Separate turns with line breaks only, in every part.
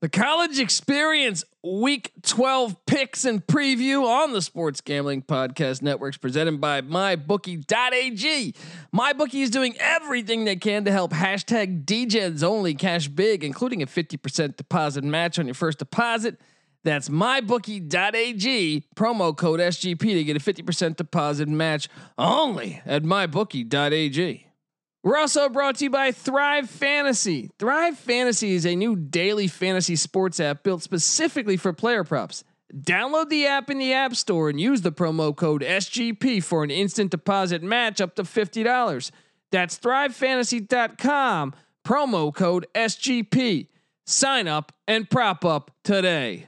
The college experience week 12 picks and preview on the Sports Gambling Podcast Networks presented by MyBookie.ag. MyBookie is doing everything they can to help hashtag DGens only cash big, including a 50% deposit match on your first deposit. That's mybookie.ag, promo code SGP to get a 50% deposit match only at mybookie.ag. We're also brought to you by Thrive Fantasy. Thrive Fantasy is a new daily fantasy sports app built specifically for player props. Download the app in the App Store and use the promo code SGP for an instant deposit match up to $50. That's thrivefantasy.com, promo code SGP. Sign up and prop up today.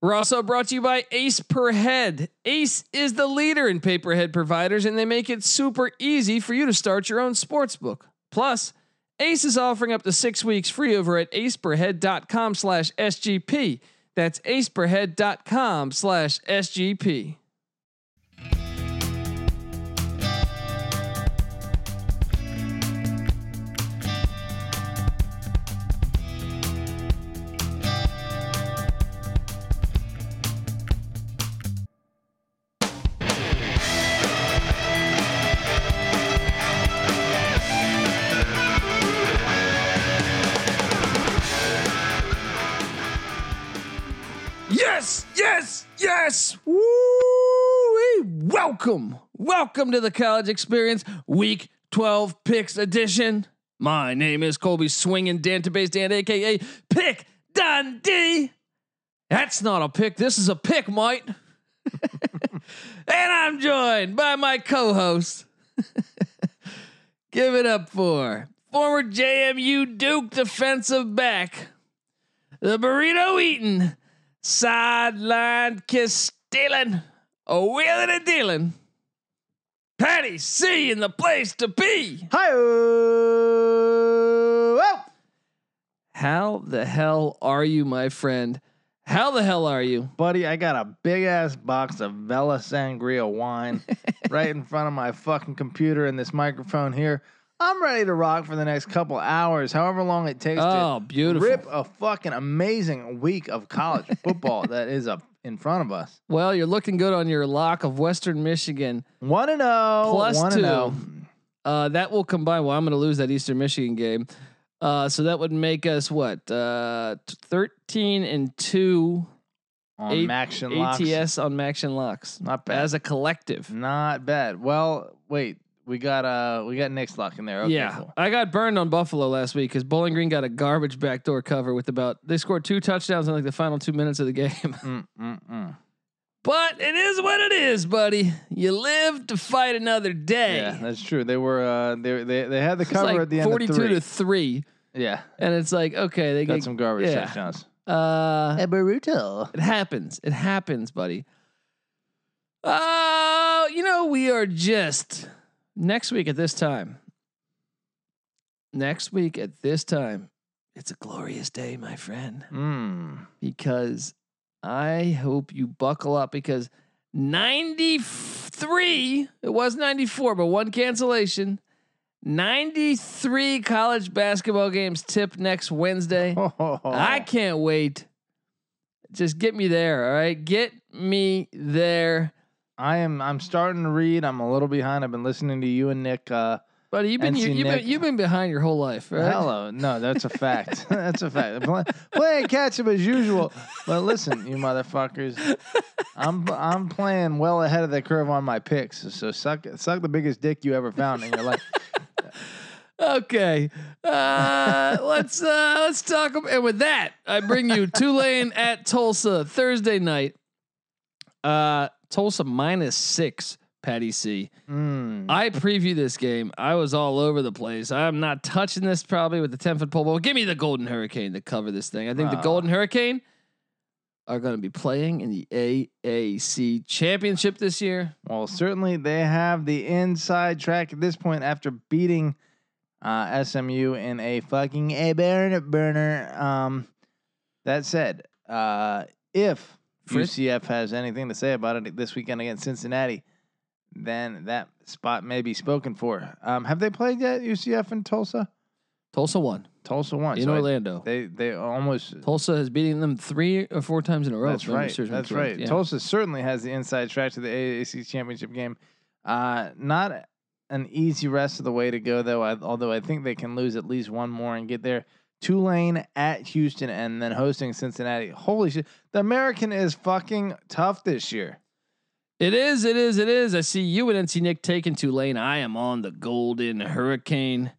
We're also brought to you by Ace Per Head. Ace is the leader in paperhead providers, and they make it super easy for you to start your own sports book. Plus, Ace is offering up to six weeks free over at aceperhead.com slash SGP. That's aceperhead.com slash SGP. Yes, yes, yes. Woo! Welcome. Welcome to the College Experience Week 12 Picks Edition. My name is Colby Swinging Dantabase Dan, aka Pick Dundee. That's not a pick. This is a pick, mate. and I'm joined by my co host. Give it up for former JMU Duke defensive back, the burrito eating, sideline kiss stealing, a wheeling and dealing. Patty C in the place to be.
Hi. Oh.
How the hell are you, my friend? How the hell are you?
Buddy, I got a big ass box of Vela Sangria wine right in front of my fucking computer and this microphone here. I'm ready to rock for the next couple hours, however long it takes
Oh,
to
beautiful.
rip a fucking amazing week of college football that is up in front of us.
Well, you're looking good on your lock of Western Michigan.
One and oh,
Plus
one
two.
and oh.
Uh, that will combine. Well, I'm going to lose that Eastern Michigan game. Uh, so that would make us what? Uh, t- 13 and 2
on
Eight-
Maction Locks.
ATS on Max and Locks
Not bad.
as a
Mm,
collective.
Not bad. Well, wait, we got uh we got Nick's lock in there. Okay,
yeah,
cool.
I got burned on Buffalo last week because Bowling Green got a garbage backdoor cover with about they scored two touchdowns in like the final two minutes of the game.
Mm, mm, mm.
but it is what it is, buddy. You live to fight another day.
Yeah, that's true. They were uh they they they had the
it's
cover
like
at the end
forty-two
of three.
to three,
yeah,
and it's like okay, they
got
get
some garbage
yeah.
touchdowns.
uh,
Baruto.
it happens. It happens, buddy. Oh, you know we are just next week at this time. Next week at this time, it's a glorious day, my friend.
Mm.
because I hope you buckle up because 93, it was 94, but one cancellation. 93 college basketball games tip next Wednesday.
Oh.
I can't wait. Just get me there, all right? Get me there.
I am I'm starting to read. I'm a little behind. I've been listening to you and Nick. Uh,
Buddy, you've been
NC
you, you've
Nick.
been you've been behind your whole life, right?
Hello. No, that's a fact. that's a fact. Play, playing catch up as usual. But listen, you motherfuckers, I'm I'm playing well ahead of the curve on my picks. So suck suck the biggest dick you ever found in your life.
Okay. Uh, let's uh, let's talk. ab- And with that, I bring you Tulane at Tulsa Thursday night. Uh, Tulsa minus six. Patty C.
Mm.
I preview this game. I was all over the place. I'm not touching this probably with the 10 foot pole. But give me the Golden Hurricane to cover this thing. I think the
Ah.
Golden Hurricane are going to be playing in the AAC championship this year.
Well, certainly they have the inside track at this point after beating uh, SMU in a fucking a burner burner. Um, that said, uh, if
Fritz?
UCF has anything to say about it this weekend against Cincinnati, then that spot may be spoken for. Um, have they played yet, UCF and Tulsa?
Tulsa won
Tulsa won.
in
so I-
Orlando.
they they almost.
Tulsa has beaten them three or four times in a row.
That's
if memory
right.
serves me
That's
correct.
right.
Yeah.
Tulsa certainly has the inside track to the AAC championship game. Uh, not an easy rest of the way to go though. I, although I think they can lose at least one more and get there. Tulane at Houston and then hosting Cincinnati. Holy shit! The American is fucking tough this year.
It is, it is, it is. I see you and NC Nick taking Tulane. I am on the Golden Hurricane.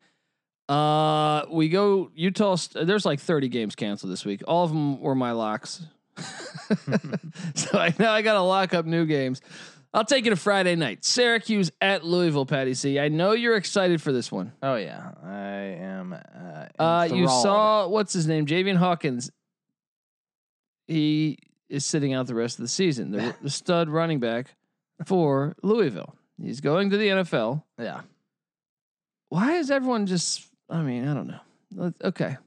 Uh, we go Utah. St- There's like 30 games canceled this week. All of them were my locks. so I now I got to lock up new games. I'll take it a Friday night. Syracuse at Louisville, Patty C. I know you're excited for this one.
Oh yeah, I am. Uh,
Uh, you
enthralled.
saw what's his name, Javian Hawkins. He is sitting out the rest of the season. The, the stud running back for Louisville. He's going to the NFL.
Yeah.
Why is everyone just? I mean, I don't know. Let- Okay,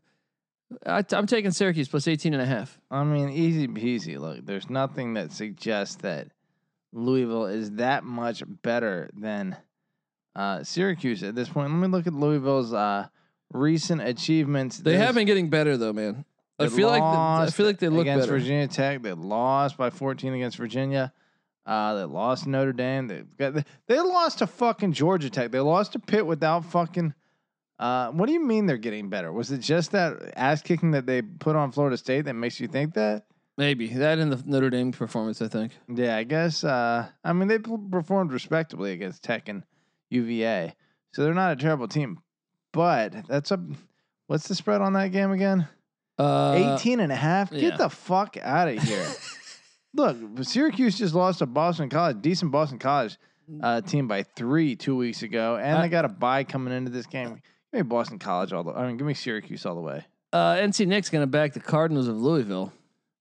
I, am taking Syracuse plus 18 and a half.
I mean, easy peasy. Look, there's nothing that suggests that Louisville is that much better than uh, Syracuse at this point. Let me look at Louisville's uh, recent achievements.
They
There's-
have been getting better though, man. I
they
feel like the, I
lost
feel like they look
against
better.
Virginia Tech. They lost by 14 against Virginia. Uh, they lost Notre Dame. They got they, they lost to fucking Georgia Tech. They lost to Pitt without fucking. Uh, what do you mean they're getting better? Was it just that ass kicking that they put on Florida State that makes you think that?
Maybe that in the Notre Dame performance, I think.
Yeah, I guess. Uh, I mean, they p- performed respectably against Tech and UVA, so they're not a terrible team. But that's a what's the spread on that game again?
Uh,
18 and a half. Get
yeah.
the fuck out of here. Look, Syracuse just lost to Boston College, decent Boston College uh, team by three two weeks ago, and
Mm. I-
they got a bye coming into this game. Give me Boston College all the. I mean, give me Syracuse all the way.
uh, NC Nick's gonna back the Cardinals of Louisville.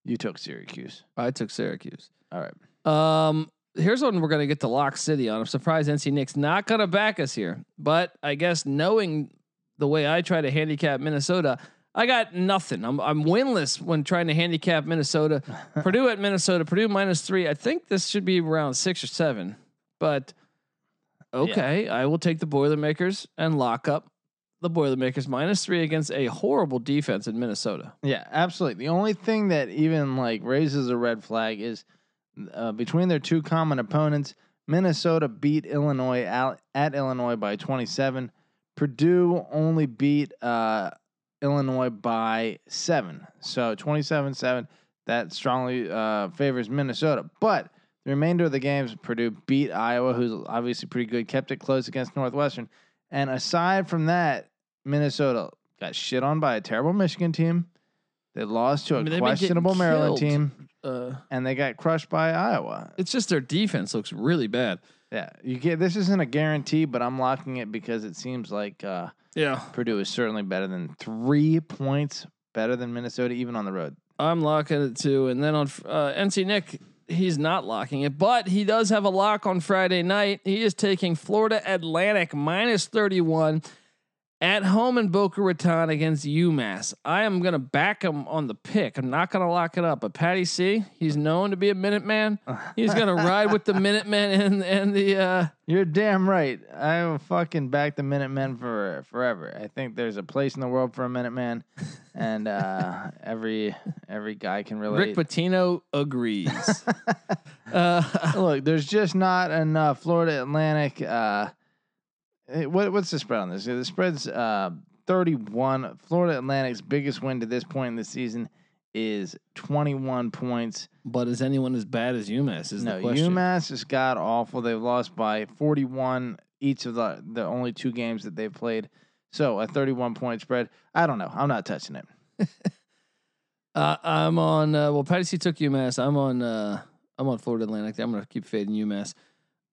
You took Syracuse.
I took Syracuse.
All right.
Um, here's one we're gonna get to Lock City on. I'm surprised NC Nick's not gonna back us here, but I guess knowing the way I try to handicap Minnesota, I got nothing. I'm I'm winless when trying to handicap Minnesota. Purdue at Minnesota, Purdue minus three. I think this should be around six or seven, but okay, I will take the Boilermakers and lock up the Boilermakers minus three against a horrible defense in Minnesota.
Yeah, absolutely. The only thing that even like raises a red flag is uh, between their two common opponents, Minnesota beat Illinois out at Illinois by 27. Purdue only beat uh, Illinois by seven. So 27 7, that strongly uh, favors Minnesota. But the remainder of the games, Purdue beat Iowa, who's obviously pretty good, kept it close against Northwestern. And aside from that, Minnesota got shit on by a terrible Michigan team. They lost to a
I mean, they've been getting
questionable
killed.
Maryland team
Uh,
and they got crushed by Iowa.
it's just their defense looks really bad.
Yeah, you get this isn't a guarantee, but I'm locking it because it seems like uh,
Yeah.
Purdue is certainly better than three points better than Minnesota, even on the road.
I'm locking it too. And then on uh, NC Nick, he's not locking it, but he does have a lock on Friday night. He is taking Florida Atlantic minus 31 at home in Boca Raton against UMass. I am going to back him on the pick. I'm not going to lock it up, but Patty C, he's known to be a Minuteman. He's going to ride with the Minutemen and, and the. Uh,
You're damn right. I will fucking back the Minutemen for forever. I think there's a place in the world for a Minuteman, and uh, every every guy can
Rick
relate.
Pitino agrees. uh,
Look, there's just not enough Florida Atlantic. Uh, eh, what what's the spread on this? The spread's uh, 31. Florida Atlantic's biggest win to this point in the season is 21 points.
but is anyone as bad as UMass? Is
no,
the question.
UMass is god awful. They've lost by 41 each of the the only two games that they've played. So a 31 point spread. I don't know. I'm not touching it.
Uh, I'm on. Uh, well, Patty C took UMass. I'm on. Uh, I'm on Florida Atlantic. I'm gonna keep fading UMass.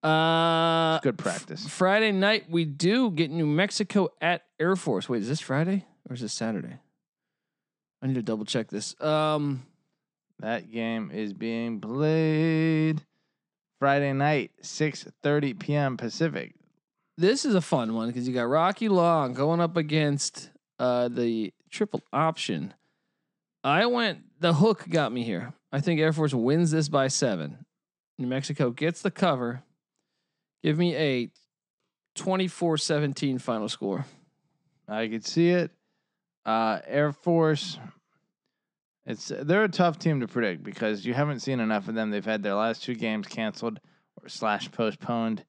Uh,
It's good practice.
Friday night we do get New Mexico at Air Force. Wait, is this Friday or is this Saturday? I need to double check this. Um,
That game is being played Friday night, 6:30 p.m. Pacific.
this is a fun one because you got Rocky Long going up against uh the triple option. I went. The hook got me here. I think Air Force wins this by seven. New Mexico gets the cover. Give me a 24-17 final score.
I could see it. Uh, Air Force. It's they're a tough team to predict because you haven't seen enough of them. They've had their last two games canceled or slash postponed.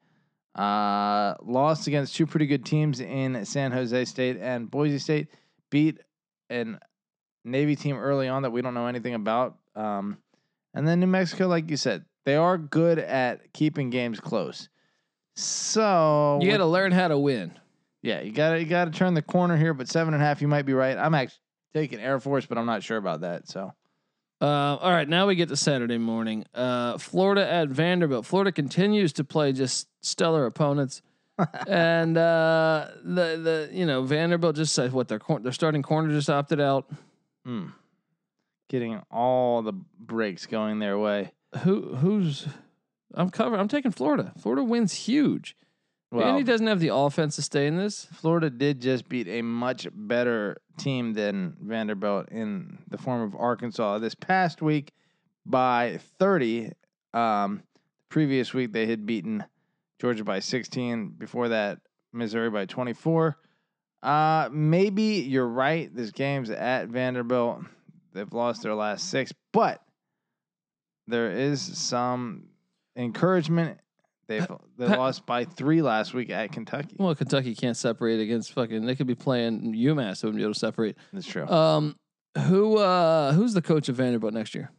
Uh, lost against two pretty good teams in San Jose State and Boise State. Beat an Navy team early on that we don't know anything about. Um, and then New Mexico, like you said, they are good at keeping games close. So
You got to learn how to win.
yeah, you gotta you gotta turn the corner here, but seven and a half, you might be right. I'm actually taking Air Force, but I'm not sure about that. So
Uh, all right, now we get to Saturday morning. Uh, Florida at Vanderbilt. Florida continues to play just stellar opponents, and uh, the the you know Vanderbilt just said what their cor- their starting corner just opted out.
hmm. Getting all the breaks going their way.
Who who's I'm covering. I'm taking Florida. Florida wins huge.
Well,
Vandy doesn't have the offense to stay in this.
Florida did just beat a much better team than Vanderbilt in the form of Arkansas this past week by 30. Um, previous week they had beaten Georgia by 16. Before that, Missouri by 24. Uh, maybe you're right. This game's at Vanderbilt. They've lost their last six, but there is some encouragement. They've they
Pat-
lost by three last week at Kentucky.
Well, Kentucky can't separate against fucking. They could be playing UMass. They wouldn't be able to separate.
That's true.
Um, who uh who's the coach of Vanderbilt next year?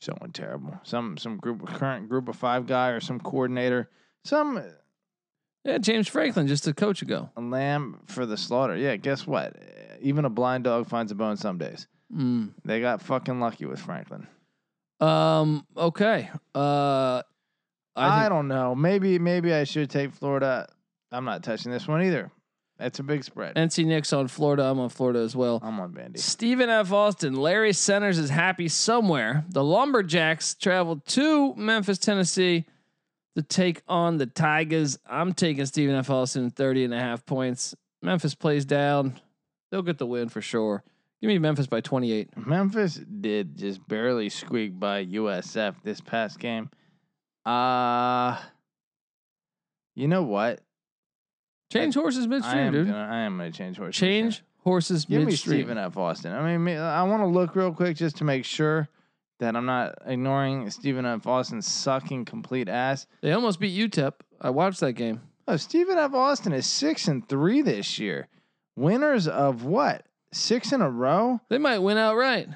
someone terrible, some some group current group of five guy or some coordinator, some
Yeah, James Franklin just a coach ago.
lamb for the slaughter. Yeah, guess what? Even a blind dog finds a bone some days.
Mm.
They got fucking lucky with Franklin.
Um. Okay. Uh.
I,
I, think,
don't know. Maybe maybe I should take Florida. I'm not touching this one either. That's a big spread.
NC Nick's on Florida. I'm on Florida as well.
I'm on Vandy.
Stephen F. Austin, Larry Centers is happy somewhere. The Lumberjacks traveled to Memphis, Tennessee to take on the Tigers. I'm taking Stephen F. Austin 30 and a half points. Memphis plays down. They'll get the win for sure. Give me Memphis by 28.
Memphis did just barely squeak by USF this past game. Uh you know what?
Change horses
I
midstream,
am
dude.
gonna I am gonna change horses. here.
Change horses
Give
midstream.
me Stephen F. Austin. I mean, ma- I want to look real quick just to make sure that I'm not ignoring Stephen F. Austin sucking complete ass.
They almost beat UTEP. I watched that game.
Oh, Stephen F. Austin is six and three this year. Winners of what? Six in a row?
They might win outright.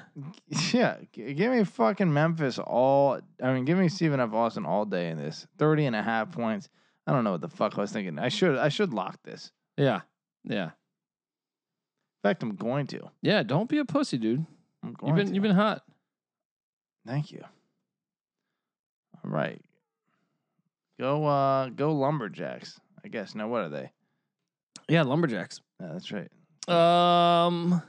Yeah. g- Give me fucking Memphis all. I mean, give me Stephen F. Austin all day in this. 30 and a half points. I don't know what the fuck I was thinking. I should I should lock this.
Yeah. Yeah.
In fact, I'm going to.
Yeah. Don't be a pussy, dude.
I'm going
You've been
to.
you've been hot.
Thank you. All right. Go uh go lumberjacks, I guess. Now what are they?
Yeah, lumberjacks.
Yeah, that's right.
Um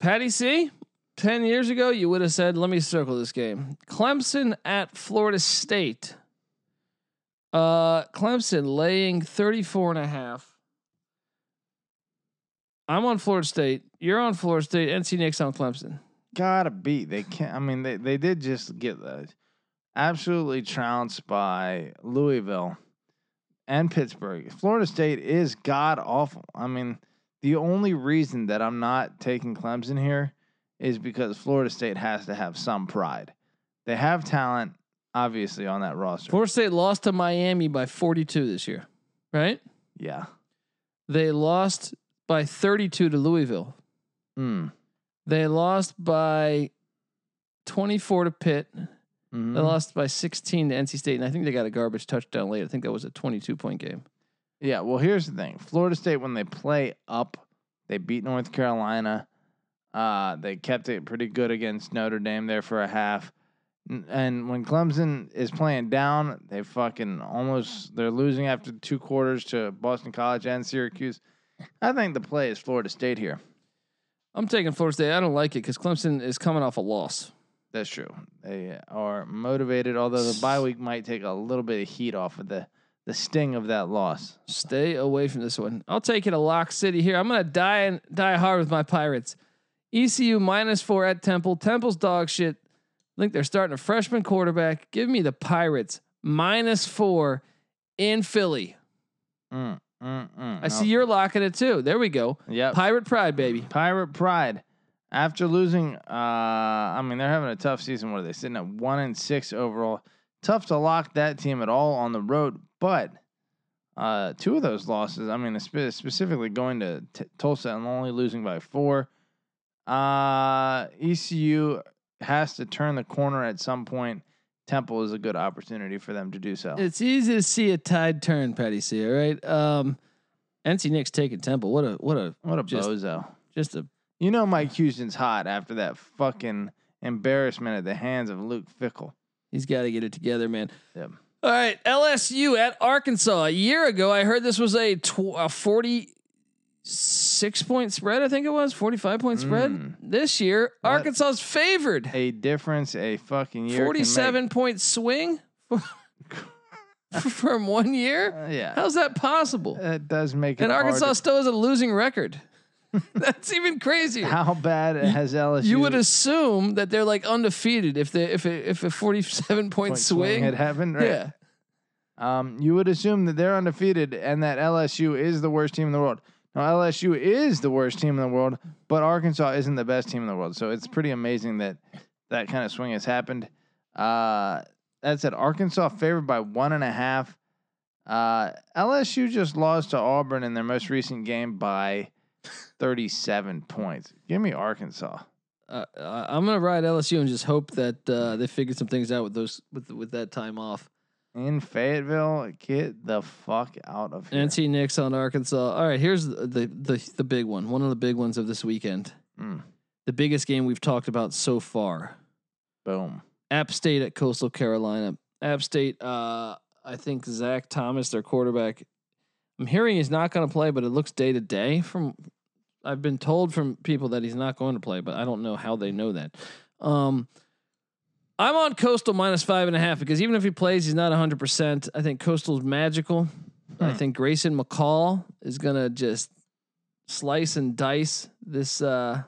Patty C, ten years ago you would have said, let me circle this game. Clemson at Florida State. Uh Clemson laying 34 and a half. I'm on Florida State. You're on Florida State. NC Nick's on Clemson.
Gotta be. They can't I mean they, they did just get uh, absolutely trounced by Louisville and Pittsburgh. Florida State is god awful. I mean, the only reason that I'm not taking Clemson here is because Florida State has to have some pride. They have talent, obviously, on that roster.
Florida State lost to Miami by 42 this year, right?
yeah.
They lost by 32 to Louisville.
Mm.
They lost by 24 to Pitt. They
Mhm.
lost by 16 to NC State, and I think they got a garbage touchdown late. I think that was a 22 point game.
Yeah, well, here's the thing: Florida State, when they play up, they beat North Carolina. Uh, they kept it pretty good against Notre Dame there for a half. N- And when Clemson is playing down, they fucking almost they're losing after two quarters to Boston College and Syracuse. I think the play is Florida State here.
I'm taking Florida State. I don't like it because Clemson is coming off a loss.
That's true. They are motivated, although the bye week might take a little bit of heat off of the the sting of that loss.
Stay away from this one. I'll take it a lock city here. I'm gonna die and die hard with my pirates. ECU minus four at Temple. Temple's dog shit. I think they're starting a freshman quarterback. Give me the pirates minus four in Philly.
Mm, mm, Mm-mm,
I see you're locking it too. There we go.
Yep.
Pirate Pride, baby.
Pirate Pride. After losing, uh, I mean, they're having a tough season. What are they sitting at one and six overall? Tough to lock that team at all on the road, but uh, two of those losses. I mean, spe- specifically going to t- Tulsa and only losing by four. Uh, ECU has to turn the corner at some point. Temple is a good opportunity for them to do so.
It's easy to see a tide turn, Patty C. All right. Um, NC Nick's taking Temple. What a what a
what a
just-
bozo!
just a
You know Mike Houston's hot after that fucking embarrassment at the hands of Luke Fickle.
he's got to get it together, man.
Yep.
All right, LSU at Arkansas. A year ago, I heard this was a, tw- a 46 point spread, I think it was, 45 point spread.
Mm.
This year,
What?
Arkansas's favored.
a difference a fucking year. can make.
47 point swing from one year?
Uh, yeah,
How's that possible?
that does make it.
And
harder.
Arkansas still has a losing record. That's even crazier.
How bad has LSU?
you would assume that they're like undefeated if they if a, if a 47 point
point swing
swing.
had happened. Right?
Yeah.
Um, you would assume that they're undefeated and that LSU is the worst team in the world. Now LSU is the worst team in the world, but Arkansas isn't the best team in the world. So it's pretty amazing that that kind of swing has happened. Uh, that said, Arkansas favored by one and a half. Uh, LSU just lost to Auburn in their most recent game by 37 points. Give me Arkansas.
uh, I- I'm gonna ride LSU and just hope that uh, they figure some things out with those with with that time off.
In Fayetteville, get the fuck out of here.
NC Knicks on Arkansas. All right, here's the, the the the big one. One of the big ones of this weekend.
Mm,
The biggest game we've talked about so far.
boom.
App State at Coastal Carolina. App State. Uh, I think Zach Thomas, their quarterback. I'm hearing he's not going to play, but it looks day to day. From I've been told from people that he's not going to play, but I don't know how they know that. Um, I'm on Coastal minus five and a half because even if he plays, he's not 100. percent I think Coastal's magical. I
Hmm.
think Grayson McCall is going to just slice and dice this. Uh,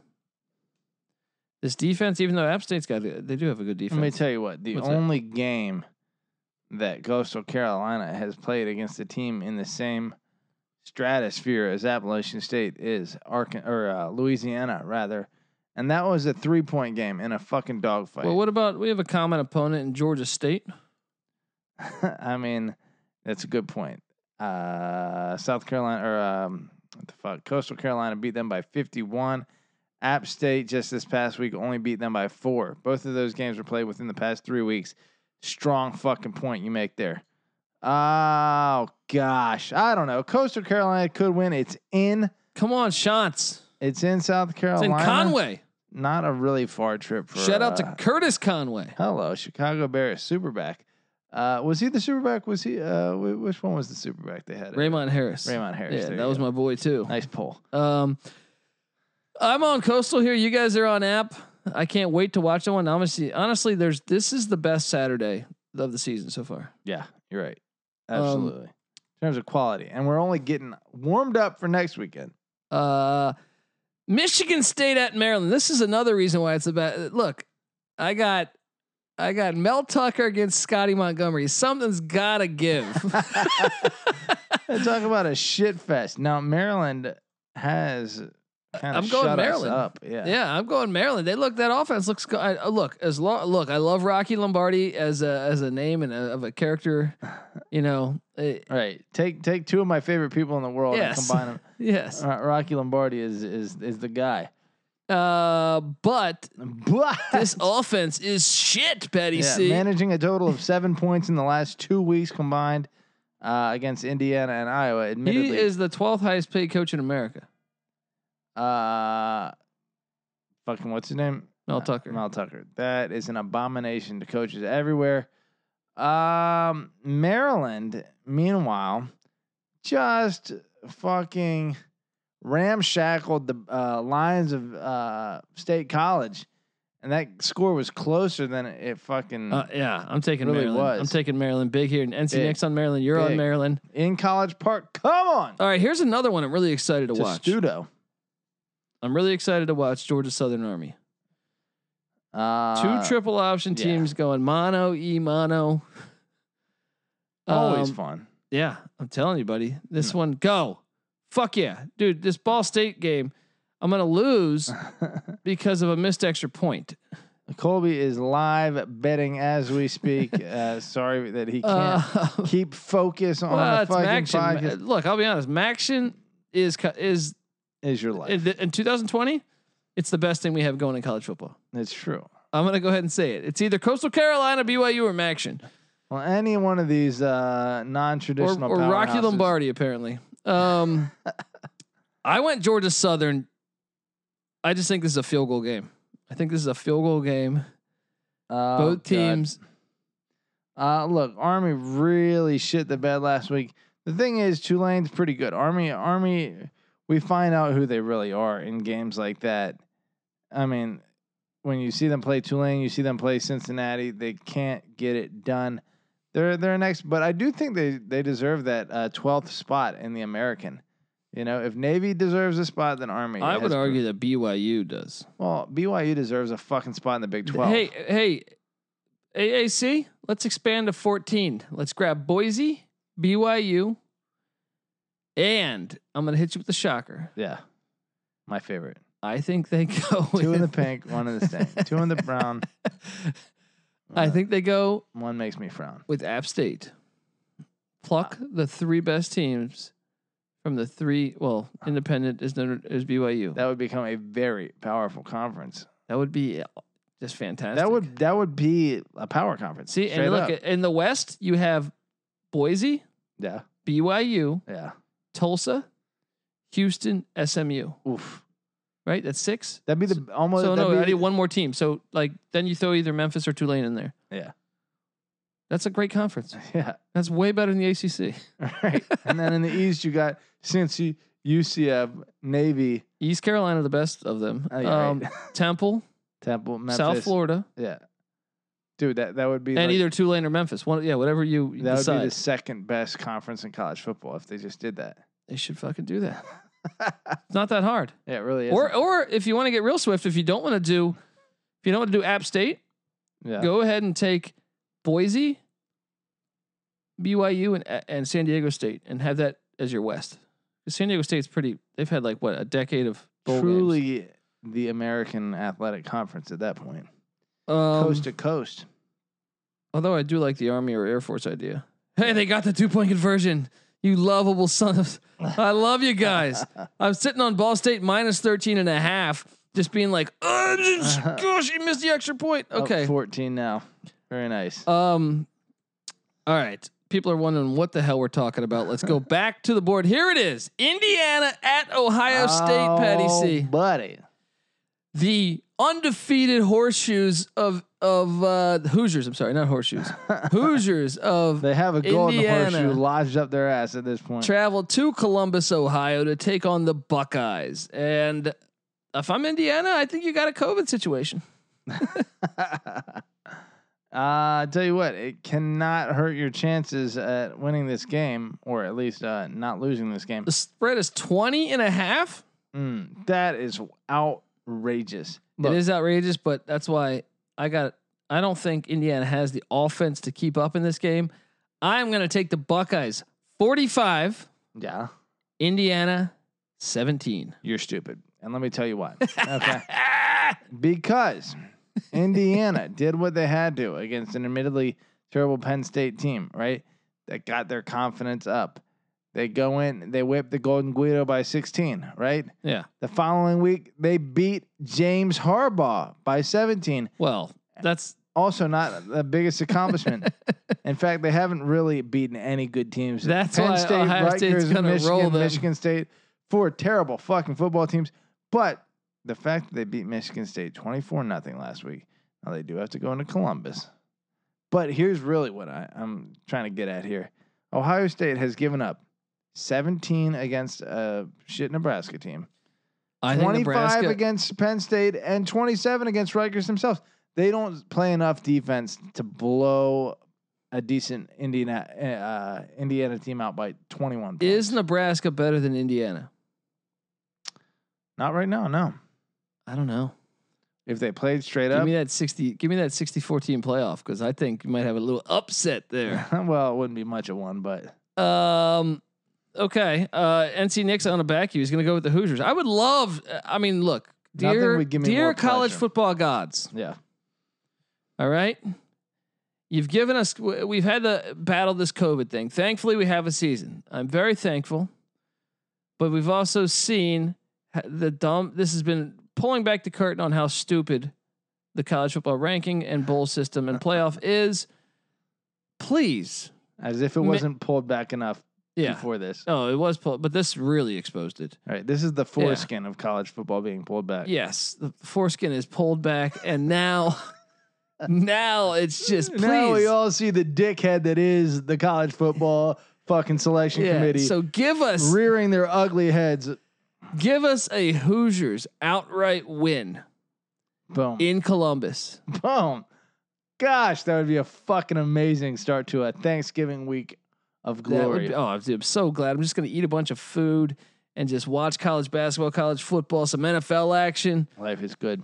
this defense, even though App State's got, a- they do have a good defense.
Let me tell you what. The
What's that?
only game that Coastal Carolina has played against a team in the same stratosphere as Appalachian State is Arkan or uh, Louisiana rather, and that was a three point game in a fucking dogfight.
Well, what about we have a common opponent in Georgia State?
I mean, that's a good point. Uh, South Carolina or um, what the fuck, Coastal Carolina beat them by 51. App State just this past week only beat them by four. Both of those games were played within the past three weeks. Strong fucking point you make there. Oh gosh, I don't know. Coastal Carolina could win. It's in.
Come on, Shots.
It's in South
It's
Carolina.
in Conway.
Not a really far trip. For,
Shout out to
uh,
Curtis Conway.
Hello, Chicago Bears superback. Uh, was he the superback? Was he? Uh, wh- which one was the superback they had?
Raymond Harris.
Raymond Harris.
Yeah,
there
that
you
was
go.
my boy too.
nice pull.
Um, I'm on Coastal here. You guys are on app. I can't wait to watch that one. Honestly, honestly, there's this is the best Saturday of the season so far.
Yeah, you're right.
Um,
Absolutely. In terms of quality, and we're only getting warmed up for next weekend.
Uh, Michigan State at Maryland. This is another reason why it's about. Look, I got, I got Mel Tucker against Scotty Montgomery. Something's gotta give.
Talk about a shit fest. Now Maryland has kind of
I'm going
shut
Maryland.
us up. Yeah.
Yeah, I'm going Maryland. They look that offense looks. go- I, uh, look as lo- look. I love Rocky Lombardi as a as a name and a, of a character. You know, eh,
All right. Take take two of my favorite people in the world
Yes.
and combine them.
yes.
Rocky Lombardi is is is the guy.
Uh, but
But
this offense is shit, Betty
Yeah,
C.
managing a total of seven points in the last two weeks combined uh, against Indiana and Iowa.
he
Admittedly,
is the 12th highest paid coach in America.
uh, fucking what's his name?
Mel Tucker.
Uh, Mel Tucker. That is an abomination to coaches everywhere. Um, Maryland, meanwhile, just fucking ramshackled the uh, lines of uh, State College, and that score was closer than it fucking
Uh, yeah, I'm taking
Really
Maryland.
was.
I'm taking Maryland big here. And NC
Big.
Knicks on Maryland. You're on
Big.
Maryland.
in College Park. Come on.
All right, here's another one I'm really excited to
to
watch.
Studo.
I'm really excited to watch Georgia Southern Army.
Uh,
Two triple option
yeah.
teams going mono e mono.
Always
Um,
fun.
Yeah, I'm telling you, buddy. This one, go. Fuck yeah. Dude, this Ball State game, I'm going to lose because of a missed extra point.
Colby is live betting as we speak. uh, sorry that he can't Oh,
Uh,
keep focus on
well,
the
it's
fucking
Maction. Ma-
podcast.
Look, I'll be honest. Maction is, co- is
Is your life?
in the- in 2020, it's the best thing we have going in college football.
it's true.
I'm going to go ahead and say it. It's either Coastal Carolina, BYU, or Maction,
Well, any one of these uh,
or,
non-traditional
or Rocky
powerhouses-
Lombardi, apparently. Um, I went Georgia Southern. I just think this is a field goal game. I think this is a field goal game.
Oh,
Both
God.
teams.
Uh, look, Army really shit the bed last week. The thing is, Tulane's pretty good. Army, Army, we find out who they really are in games like that. I mean, when you see them play Tulane, you see them play Cincinnati. They can't get it done. They're they're next, but I do think they they deserve that uh, twelfth spot in the American. You know, if Navy deserves a spot, then Army.
I would
has-
argue that BYU does.
Well, BYU deserves a fucking spot in the Big Twelve.
Hey, hey, AAC, let's expand to 14. Let's grab Boise, BYU, and I'm going to hit you with the shocker.
Yeah, my favorite.
I think they go
Two in the
with-
pink, one in the stank. Two in the brown.
I think they go
one makes me frown.
with App State.
Ah.
Pluck the three best teams from the three, well, independent is Notre- is BYU. That,
Ah. That would become a very powerful conference.
would be uh, just fantastic.
That would that would be a power conference.
See,
straight
and look,
up.
in the West, you have Boise,
yeah,
BYU,
yeah.
Tulsa, Houston, SMU.
Oof,
Right? That's six.
that'd be the almost.
so
that'd
no, I
be
need one more team. So like then you throw either Memphis or Tulane in there.
Yeah.
That's a great conference.
yeah,
That's way better than the ACC.
right. and then in the East, you got Cincy, UCF, Navy,
East Carolina, the best of them.
oh, yeah,
um,
right.
Temple,
Temple, Memphis,
South Florida,
Yeah, dude, that that would be
and
like-
either Tulane or Memphis. One, yeah, whatever you
that
decide.
would be the second best conference in college football if they just did that.
They should fucking do that. it's not that hard.
Yeah, it really is.
Or or if you want to get real swift, if you don't want to do, if you don't want to do App State,
yeah.
go ahead and take Boise, BYU, and and San Diego State, and have that as your West. 'Cause San Diego State's pretty. They've had like what a decade of bowl
truly the American Athletic Conference at that point,
games. Um,
coast to coast.
although I do like the Army or Air Force idea. Hey, they got the two point conversion. You lovable son of. I love you guys. I'm sitting on Ball State minus 13 and a half, just being like, "Oh, gosh, you missed the extra point.
Up
Okay.
14 now. Very nice.
Um, all right. People are wondering what the hell we're talking about. Let's go back to the board. Here it is: Indiana at Ohio State. Patty
Oh,
C.
buddy.
The undefeated horseshoes of of uh, Hoosiers. I'm sorry, not horseshoes. Hoosiers of
They have a golden
Indiana.
horseshoe lodged up their ass at this point.
travel to Columbus, Ohio, to take on the Buckeyes. And if I'm Indiana, I think you got a COVID situation.
uh, I tell you what, it cannot hurt your chances at winning this game, or at least uh, not losing this game.
The spread is 20 and a half.
Mm, that is outrageous. Look,
It is outrageous, but that's why I got. I don't think Indiana has the offense to keep up in this game. I'm going to take the Buckeyes 45,
yeah,
Indiana 17.
you're stupid, and let me tell you why. Okay.
Ah!
Because Indiana did what they had to against an admittedly terrible Penn State team, right? That got their confidence up. They go in, they whip the Golden Guido by 16, right?
Yeah.
The following week, they beat James Harbaugh by 17.
Well, that's
Also, not the biggest accomplishment. in fact, they haven't really beaten any good teams.
That's
Penn
why
State,
Ohio State's
Rutgers,
gonna
Michigan,
roll them.
Michigan State, four terrible fucking football teams. But the fact that they beat Michigan State 24 nothing last week, now they do have to go into Columbus. But here's really what I, I'm trying to get at here Ohio State has given up 17 against a shit Nebraska team,
I think
25
Nebraska.
against Penn State, and 27 against Rutgers themselves. They don't play enough defense to blow a decent Indiana uh, Indiana team out by 21 points.
is Nebraska better than Indiana?
Not right now, no.
I don't know.
If they played straight
Give
up,
me that 60. Give me that 60 14 playoff because I think you might have a little upset there.
well, it wouldn't be much of one, but
Um, okay. Uh, NC Nick's on a back. He's going to go with the Hoosiers. I would love. I mean, look,
Nothing
dear,
would give me
dear
more
college
pleasure.
football gods.
Yeah.
All right. You've given us, w- we've had to battle this COVID thing. Thankfully, we have a season. I'm very thankful. But we've also seen h- the dumb, this has been pulling back the curtain on how stupid the college football ranking and bowl system and playoff is. Please.
As if it
Ma-
wasn't pulled back enough
Yeah.
before this.
Oh, it was pulled, but this really exposed it.
All right. This is the foreskin of college football being pulled back.
Yes, the foreskin is pulled back, and now, now it's just please.
Now we all see the dickhead that is the college football fucking selection
yeah,
committee
so give us
rearing their ugly heads.
give us a Hoosiers outright win
Boom.
in Columbus.
Boom. Gosh, that would be a fucking amazing start to a Thanksgiving week of
That would
glory.
be, oh, dude, I'm so glad. I'm just gonna eat a bunch of food and just watch college basketball, college football, some NFL action.
Life is good.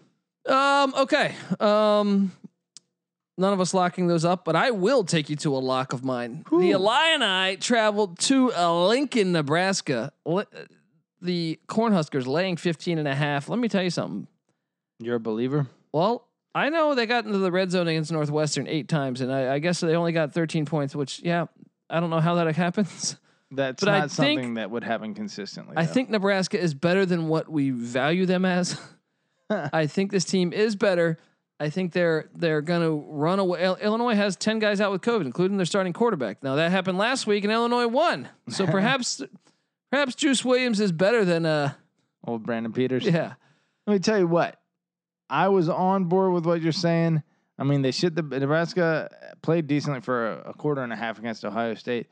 Um, okay. Um, none of us locking those up, but I will take you to a lock of mine. The
Whew.
Illini traveled to uh, Lincoln, Nebraska. Li- The Cornhuskers laying 15 and a half. Let me tell you something.
You're a believer?
Well, I know they got into the red zone against Northwestern eight times, and I, I guess they only got 13 points, which, yeah, I don't know how that happens.
That's
But I
not something
think-
that would happen consistently.
I
though.
think Nebraska is better than what we value them as. I think this team is better. I think they're they're going to run away. Il- Illinois has ten guys out with COVID, including their starting quarterback. Now that happened last week, and Illinois won. So perhaps perhaps Juice Williams is better than uh
old Brandon Peters.
yeah
Let me tell you what. I was on board with what you're saying. I mean, they shit the Nebraska played decently for a, a quarter and a half against Ohio State.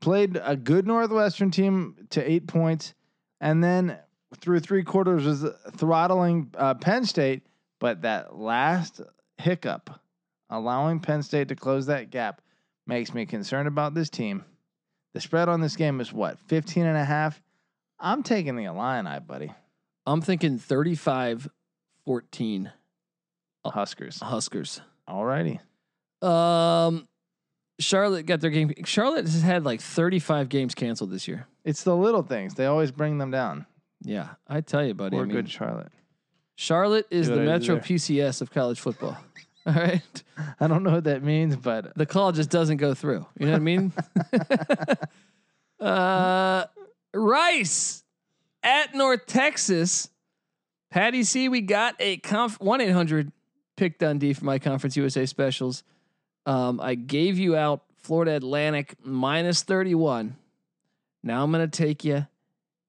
Played a good Northwestern team to eight points, and then through three quarters was throttling uh, Penn State. But that last hiccup, allowing Penn State to close that gap, makes me concerned about this team. The spread on this game is what 15 and a half. I'm taking the Illini, buddy.
I'm thinking 35-14
Huskers.
Huskers.
Alrighty.
Um, Charlotte got their game. Charlotte has had like 35 games canceled this year.
It's the little things. They always bring them down.
Yeah, I tell you, buddy. I
We're
mean,
good, Charlotte.
Charlotte is
See
the
what I did
Metro
there?
PCS of college football. All right.
I don't know what that means, but
The call just doesn't go through. You know what I mean? uh, Rice at North Texas. Patty C, we got a conf 1 800 pick Dundee for my Conference USA specials. Um, I gave you out Florida Atlantic minus 31. Now I'm going to take you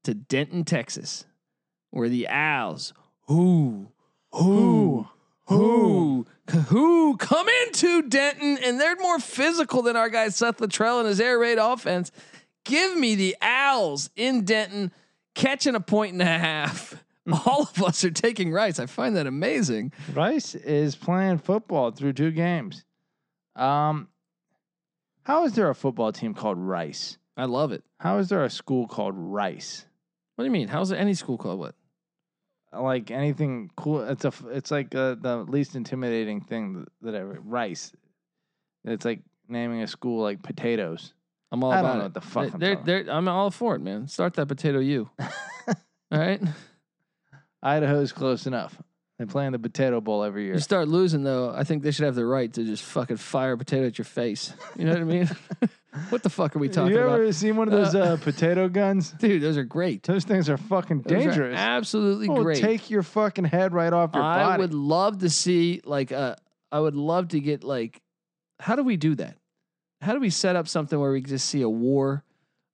to Denton, Texas, where the Owls, who, who, who, who come into Denton and they're more physical than our guy Seth Luttrell and his air raid offense. Give me the Owls in Denton catching a point and a half. All of us are taking rights. I find that amazing.
Rice is playing football through two games. Um, how is there a football team called Rice?
I love it.
How is there a school called Rice?
What do you mean? How's any school called what?
Like anything cool? It's a. f- It's like uh, the least intimidating thing that, that ever Rice. It's like naming a school like potatoes.
I'm all
I
about
don't know
it.
what the fuck I'm
They're-
talking-
they're- I'm all for it, man. Start that potato you. all right.
Idaho's close enough. They play in the Potato Bowl every year.
You start losing though, I think they should have the right to just fucking fire a potato at your face. You know what I mean? what the fuck are we talking
you
about?
ever seen one of those uh, potato guns?
Dude, those are great.
Those things are fucking
Those are
dangerous.
absolutely
Will
great.
take your fucking head right off your
I
body.
would love to see like uh I would love to get like how do we do that? How do we set up something where we just see a war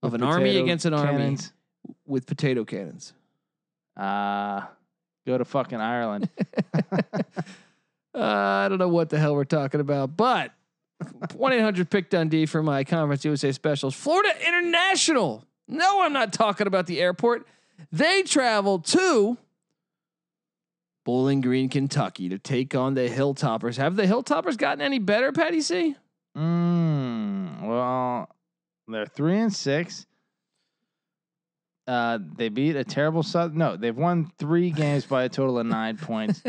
of
With
an army
potato
against an army
cannons.
with potato cannons?
Uh, go to fucking Ireland.
Uh, I don't know what the hell we're talking about, but 1 800 Pick Dundee for my Conference USA specials. Florida International. No, I'm not talking about the airport. They travel to Bowling Green, Kentucky to take on the Hilltoppers. Have the Hilltoppers gotten any better, Patty C?
mm, well, they're three and six. Uh, they beat a terrible South. No, they've won three games by a total of nine points.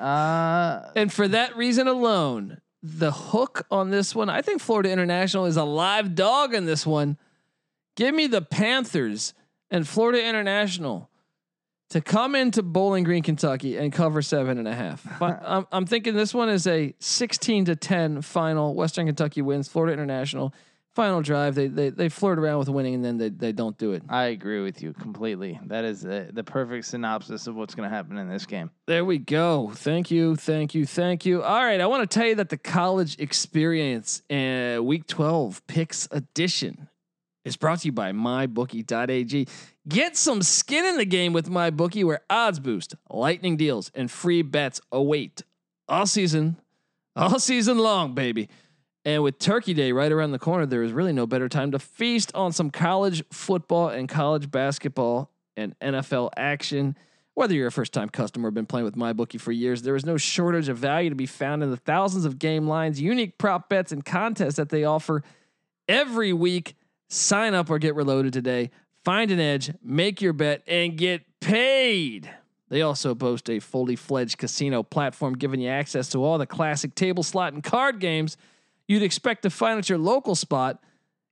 Uh,
And for that reason alone, the hook on this one. I think Florida International is a live dog in this one. Give me the Panthers and Florida International to come into Bowling Green, Kentucky, and cover seven and a half. But I'm, I'm thinking this one is a 16 to 10 final. Western Kentucky wins. Florida International final drive. They they they flirt around with winning and then they they don't do it.
I agree with you completely. That is the, the perfect synopsis of what's going to happen in this game.
There we go. Thank you. Thank you. Thank you. All right. I want to tell you that the college experience uh, week 12 picks edition is brought to you by mybookie.ag. Get some skin in the game with mybookie where odds boost, lightning deals, and free bets await all season, all season long, baby. And with Turkey Day right around the corner, there is really no better time to feast on some college football and college basketball and NFL action. Whether you're a first time customer or been playing with MyBookie for years, there is no shortage of value to be found in the thousands of game lines, unique prop bets, and contests that they offer every week. Sign up or get reloaded today. Find an edge, make your bet, and get paid. They also boast a fully fledged casino platform giving you access to all the classic table, slot, and card games you'd expect to find at your local spot.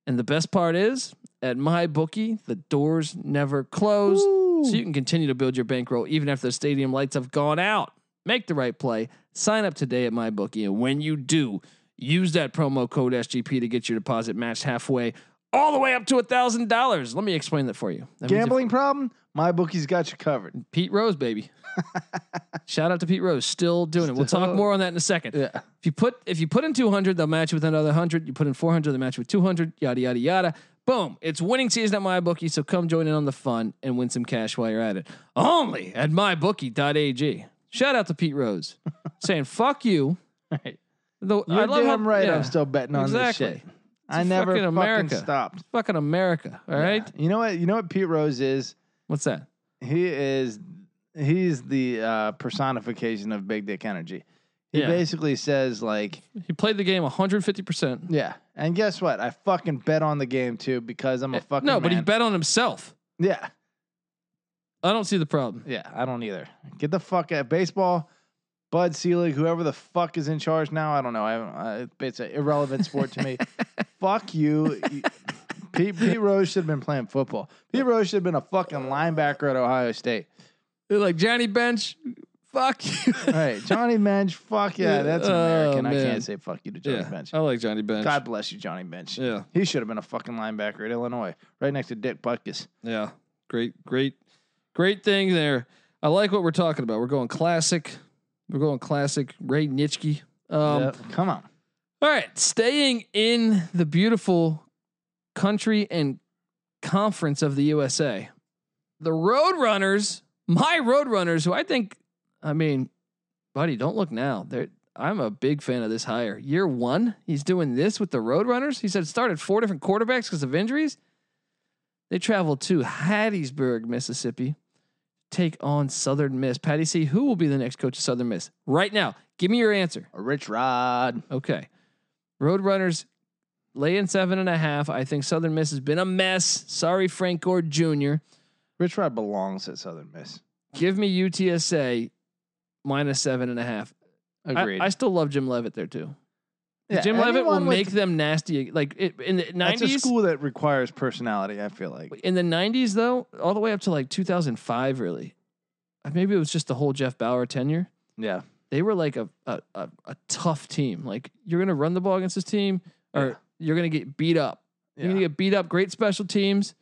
And the best part is, at MyBookie, the doors never close. So you can continue to build your bankroll even after the stadium lights have gone out. Make the right play. Sign up today at MyBookie. And when you do, use that promo code SGP to get your deposit matched halfway, all the way up to $1,000. Let me explain that for you. That means if-
Gambling problem? My bookie's got you covered.
Pete Rose, baby. Shout out to Pete Rose, still doing it. We'll talk
Still-
more on that in a second.
Yeah.
If you put if you put in 200, they'll match you with another 100. You put in 400, they'll match you with 200. Yada yada yada. Boom! It's winning season at MyBookie, so come join in on the fun and win some cash while you're at it. Only at MyBookie.ag. Shout out to Pete Rose, saying "fuck you."
Right.
Though
You're
I love
damn
how-
right.
yeah,
I'm still betting on
Exactly.
this shit. I never
fucking
fucking
America.
stopped.
fucking America. All right,
You know what? You know what Pete Rose is?
what's that?
He is he's the uh, personification of big dick energy. He
Yeah.
basically says like,
He played the game 150. percent
yeah. And guess what? I fucking bet on the game too because I'm a
Eh, No,
fucking
but he
man.
bet on himself.
Yeah.
I don't see the problem.
Yeah, I don't either. Get the fuck out baseball. Bud Selig, whoever the fuck is in charge now, I don't know. I, haven't- I it's an irrelevant sport to me. fuck you. You- Pete, Pete Rose should have been playing football. Pete Rose should have been a fucking linebacker at Ohio State.
They're like Johnny Bench. Fuck you.
All right, Johnny Bench. Fuck yeah, that's an
Oh,
American. I
man.
can't say fuck you to Johnny Bench.
I like Johnny Bench.
God bless you, Johnny Bench.
Yeah,
He should have been a fucking linebacker at Illinois, right next to Dick Butkus.
yeah. Great, great, great thing there. I like what we're talking about. We're going classic. We're going classic. Ray Nitschke. Um,
Yep, Come on.
All right, staying in the beautiful country and conference of the USA, the Roadrunners, my Roadrunners, who I think, I mean, buddy, don't look now. They're, I'm a big fan of this hire. Year one, he's doing this with the Roadrunners. He said started four different quarterbacks because of injuries. They travel to Hattiesburg, Mississippi, take on Southern Miss. Patty C, who will be the next coach of Southern Miss? Right now, give me your answer.
A Rich Rod.
Okay. Roadrunners lay in seven and a half. I think Southern Miss has been a mess. Sorry, Frank Gord Jr.
Rich Rod belongs at Southern Miss.
Give me UTSA minus seven and a half. I-
Agreed.
I, still love Jim Levitt there too.
Yeah,
Jim Levitt will
anyone with-
make them nasty. Like it, in the
That's a
nineties.
school that requires personality. I feel like
In the nineties, though, all the way up to like two thousand five, really. Uh, Maybe it was just the whole Jeff Bauer tenure.
yeah,
They were like a a, a, a tough team. Like you're gonna run the ball against this team, or
Yeah.
you're gonna get beat up. You're gonna
yeah.
get beat up. Great special teams.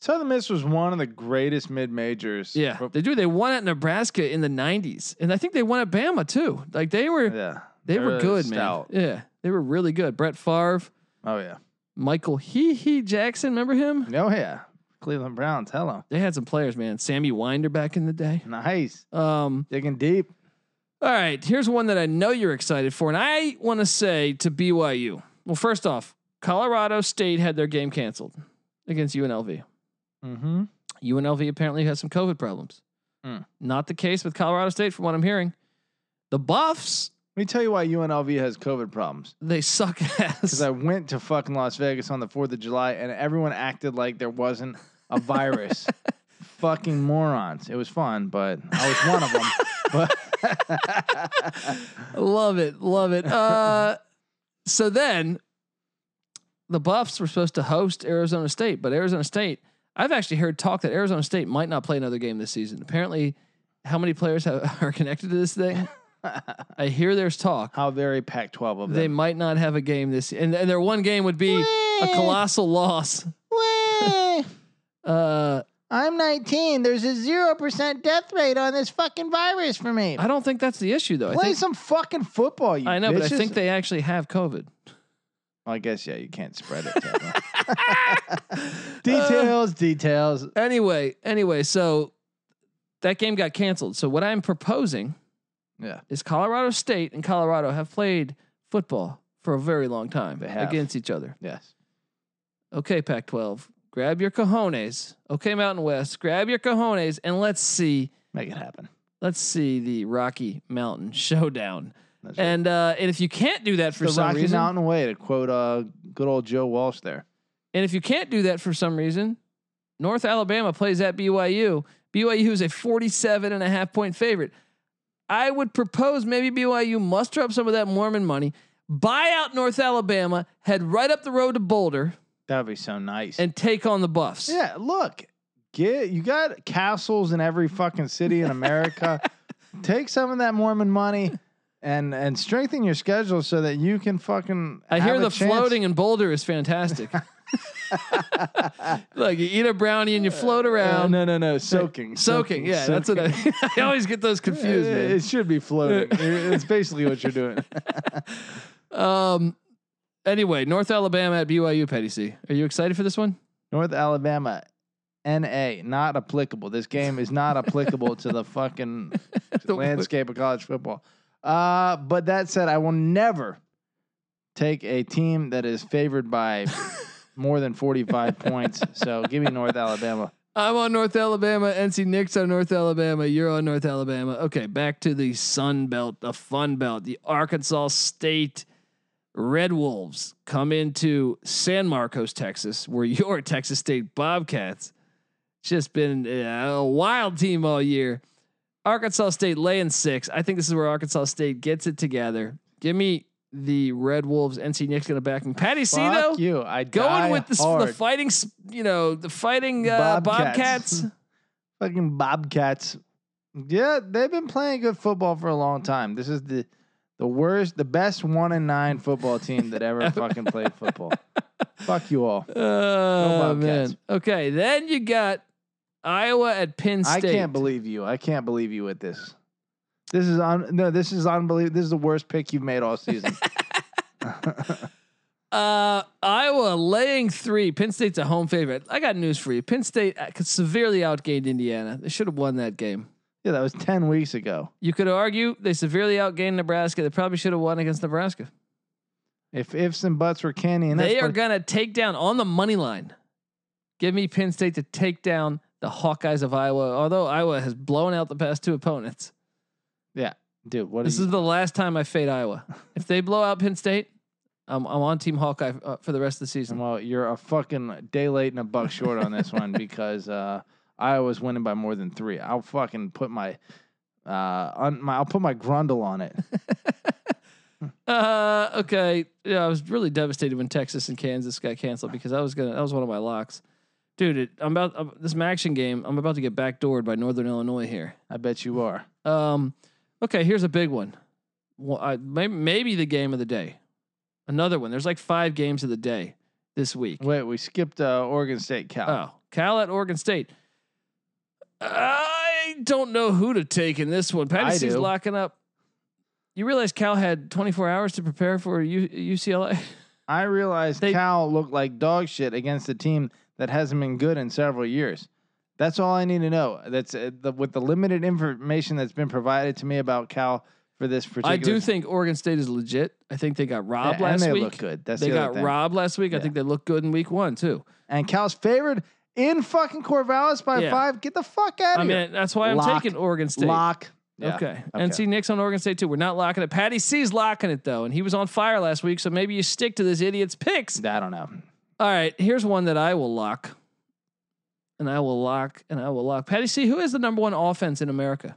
Southern Miss was one of the greatest mid majors.
Yeah, they do. They won at Nebraska in the '90s, and I think they won at Bama too. Like they were,
yeah,
they were
They're
good,
stout.
man. Yeah, they were really good. Brett Favre,
Oh yeah,
Michael Hee Hee Jackson, remember him?
no yeah, Cleveland Browns. Hello,
They had some players, man. Sammy Winder back in the day.
nice
Um,
digging deep.
all right, here's one that I know you're excited for, and I want to say to BYU. Well, first off, Colorado State had their game canceled against UNLV.
Mm-hmm.
UNLV apparently has some COVID problems.
Mm.
Not the case with Colorado State, from what I'm hearing. The Buffs
Let me tell you why UNLV has COVID problems.
they suck ass.
Because I went to fucking Las Vegas on the Fourth of July, and everyone acted like there wasn't a virus. fucking morons. It was fun, but I was one of them. But
love it, love it. Uh, so then, the Buffs were supposed to host Arizona State, but Arizona State. I've actually heard talk that Arizona State might not play another game this season. Apparently, how many players have, are connected to this thing? I hear there's talk
How very Pac-12 of
they
them.
might not have a game this, and, and their one game would be a colossal loss.
Wah.
Uh,
I'm 19. There's a zero percent death rate on this fucking virus for me.
I don't think that's the issue though. I
Play
think,
some fucking football, you.
I know, but I
bitches.
think they actually have COVID.
Well, I guess yeah, you can't spread it. that much.
Uh,
details, details.
Anyway, anyway, so that game got canceled. So what I'm proposing
Yeah,
is Colorado State and Colorado have played football for a very long time
They have.
against each other.
yes.
Okay, Pac-12, grab your cojones. Okay, Mountain West, grab your cojones and let's see
Make it happen.
let's see the Rocky Mountain showdown.
That's right.
And uh, and if you can't do that for
the
some
Rocky
reason,
Mountain way to quote uh, good old Joe Walsh there.
And if you can't do that for some reason, North Alabama plays at BYU. BYU is a 47 and a half point favorite. I would propose maybe BYU muster up some of that Mormon money, buy out North Alabama, head right up the road to Boulder,
That would be so nice.
and take on the Buffs.
yeah, look, get you got castles in every fucking city in America. Take some of that Mormon money and and strengthen your schedule so that you can fucking.
I
have
hear
a
the
chance.
floating in Boulder is fantastic. Look, you eat a brownie and you float
Uh,
around.
no, no, no, soaking,
Soaking, yeah, that's what I, I always get those confused.
Uh,
man.
It should be floating. it's basically what you're doing.
Um. Anyway, North Alabama at BYU, Petty C. Are you excited for this one?
North Alabama, NA, not applicable. This game is not applicable to the fucking
The-
landscape of college football. Uh, but that said, I will never take a team that is favored by more than 45 points. So give me North Alabama.
I'm on North Alabama. NC Nick's on North Alabama. You're on North Alabama. Okay, back to the Sun Belt, the Fun Belt, the Arkansas State Red Wolves come into San Marcos, Texas, where your Texas State Bobcats just been uh, a wild team all year. Arkansas State laying six. I think this is where Arkansas State gets it together. Give me the Red Wolves. NC Nick's gonna back me. Patty C
Fuck
though.
you. I die
Going with this, the
hard.
fighting, s- you know, the fighting uh, Bobcats.
Bobcats. fucking Bobcats. Yeah, they've been playing good football for a long time. This is the the worst, the best one and nine football team that ever fucking played football. Fuck you all.
Oh
Bobcats.
man. Okay, then you got Iowa at Penn
I
State.
can't believe you. I can't believe you with this. This is on. No, this is unbelievable. This is the worst pick you've made all season.
Uh, Iowa laying three. Penn State's a home favorite. I got news for you. Penn State uh, severely outgained Indiana. They should have won that game.
yeah, that was ten weeks ago.
You could argue they severely outgained Nebraska. They probably should have won against Nebraska.
If ifs and buts were candy, and that's
they are
what-
gonna take down on the money line. Give me Penn State to take down the Hawkeyes of Iowa. Although Iowa has blown out the past two opponents,
dude. What
this
is
is the last time I fade Iowa. If they blow out Penn State, I'm, I'm on Team Hawkeye uh, for the rest of the season.
Well, you're a fucking day late and a buck short on this one because uh, Iowa's winning by more than three. I'll fucking put my, uh, un- my I'll put my grundle on it.
Uh, okay. Yeah, I was really devastated when Texas and Kansas got canceled because I was gonna. That was one of my locks, dude. It, I'm about uh, this action game. I'm about to get backdoored by Northern Illinois here.
I bet you are.
Um, okay, here's a big one. Well, I, maybe, maybe the game of the day. Another one. There's like five games of the day this week.
Wait, we skipped uh, Oregon State, Cal.
Oh, Cal at Oregon State. I don't know who to take in this one.
I
Patty C's
do.
locking up. You realize Cal had 24 hours to prepare for U- UCLA.
I realized
They-
Cal looked like dog shit against a team that hasn't been good in several years. That's all I need to know. That's uh, the, with the limited information that's been provided to me about Cal for this particular.
I do think Oregon State is legit. I think they got
Yeah,
robbed
and
last
they
week.
look good. That's
They
the other
got
thing.
robbed last week. I
Yeah.
think they look good in week one too.
and Cal's favored in fucking Corvallis by
Yeah.
five. Get the fuck out of
I
here.
mean, that's why I'm
Lock.
taking Oregon State.
Lock. Yeah.
Okay.
Okay.
NC Nick's on Oregon State too. We're not locking it. Patty C's locking it though, and he was on fire last week. So maybe you stick to this idiot's picks.
I don't know.
All right, here's one that I will lock, and I will lock, and I will lock. Patty C, who is the number one offense in America?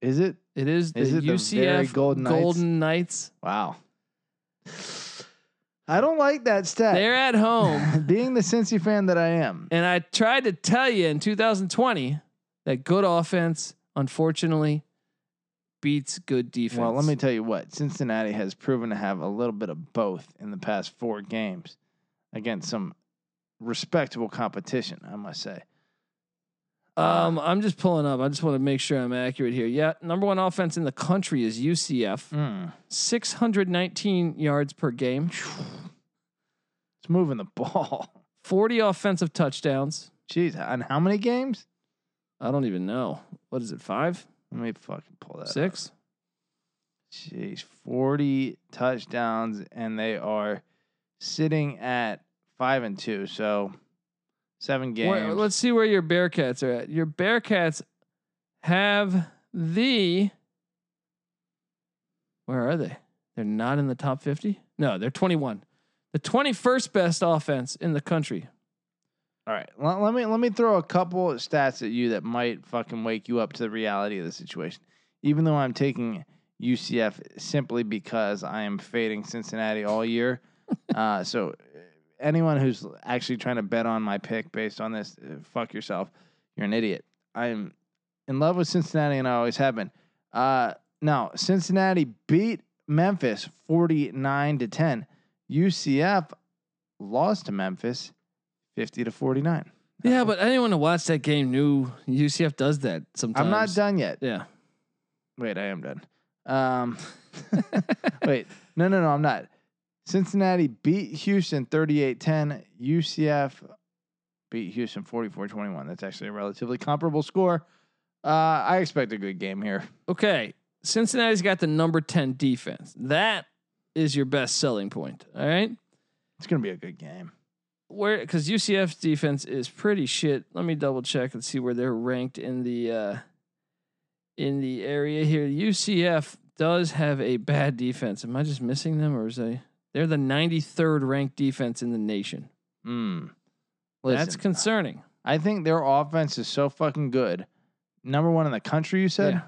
Is it?
It is the
Is it the
UCF
very Golden
Golden,
Knights?
Knights.
Wow. I don't like that stat.
They're at home,
Being the Cincy fan that I am,
and I tried to tell you in 2020 that good offense, unfortunately, beats good defense.
well, let me tell you what Cincinnati has proven to have a little bit of both in the past four games against some respectable competition, I must say.
Um, I'm just pulling up. I just want to make sure I'm accurate here. Yeah, number one offense in the country is UCF,
Mm.
619 yards per game,
It's moving the ball.
40 offensive touchdowns.
Jeez, on how many games?
I don't even know. What is it? Five,
Let me fucking
Uh,
pull that. up.
six?
Jeez, 40 touchdowns, and they are sitting at five and two. So seven games.
Where- let's see where your Bearcats are at. Your Bearcats have the. Where are they? They're not in the top 50? No, they're 21. The 21st best offense in the country.
All right, let, let me let me throw a couple of stats at you that might fucking wake you up to the reality of the situation. Even though I'm taking UCF simply because I am fading Cincinnati all year, uh, so uh, anyone who's actually trying to bet on my pick based on this, uh, fuck yourself. You're an idiot. I'm in love with Cincinnati, and I always have been. Uh, now Cincinnati beat Memphis 49 to 10. UCF lost to Memphis 50 to 49.
Yeah, but anyone who watched that game knew UCF does that sometimes.
I'm not done yet.
Yeah.
Wait, I am done. Um, wait, no, no, no, I'm not. Cincinnati beat Houston 38 10. UCF beat Houston 44 21. That's actually a relatively comparable score. Uh, I expect a good game here.
Okay. Cincinnati's got the number 10 defense. That is your best selling point. All right.
It's going to be a good game.
Where, because UCF's defense is pretty shit. Let me double check and see where they're ranked in the, uh, in the area here. UCF does have a bad defense. Am I just missing them or is they, they're the 93rd ranked defense in the nation.
Mm.
That's
Listen,
concerning.
I think their offense is so fucking good. Number one in the country, you said?
Yeah.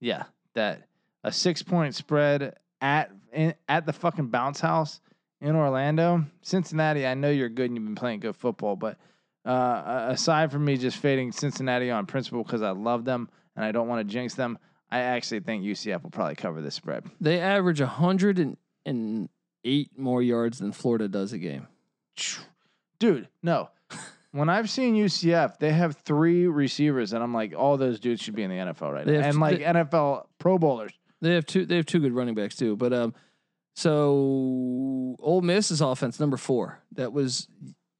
Yeah, that a six point spread at in, at the fucking bounce house in Orlando, Cincinnati. I know you're good and you've been playing good football, but uh, a- aside from me just fading Cincinnati on principle because I love them and I don't want to jinx them, I actually think UCF will probably cover this spread.
They average 108 more yards than Florida does a game.
Dude, no. When I've seen UCF, they have three receivers, and I'm like, all those dudes should be in the NFL right
They
now,
have
and
t-
like
they-
NFL Pro Bowlers.
They have two. They have two good running backs too. But um, so Ole Miss is offense number four. That was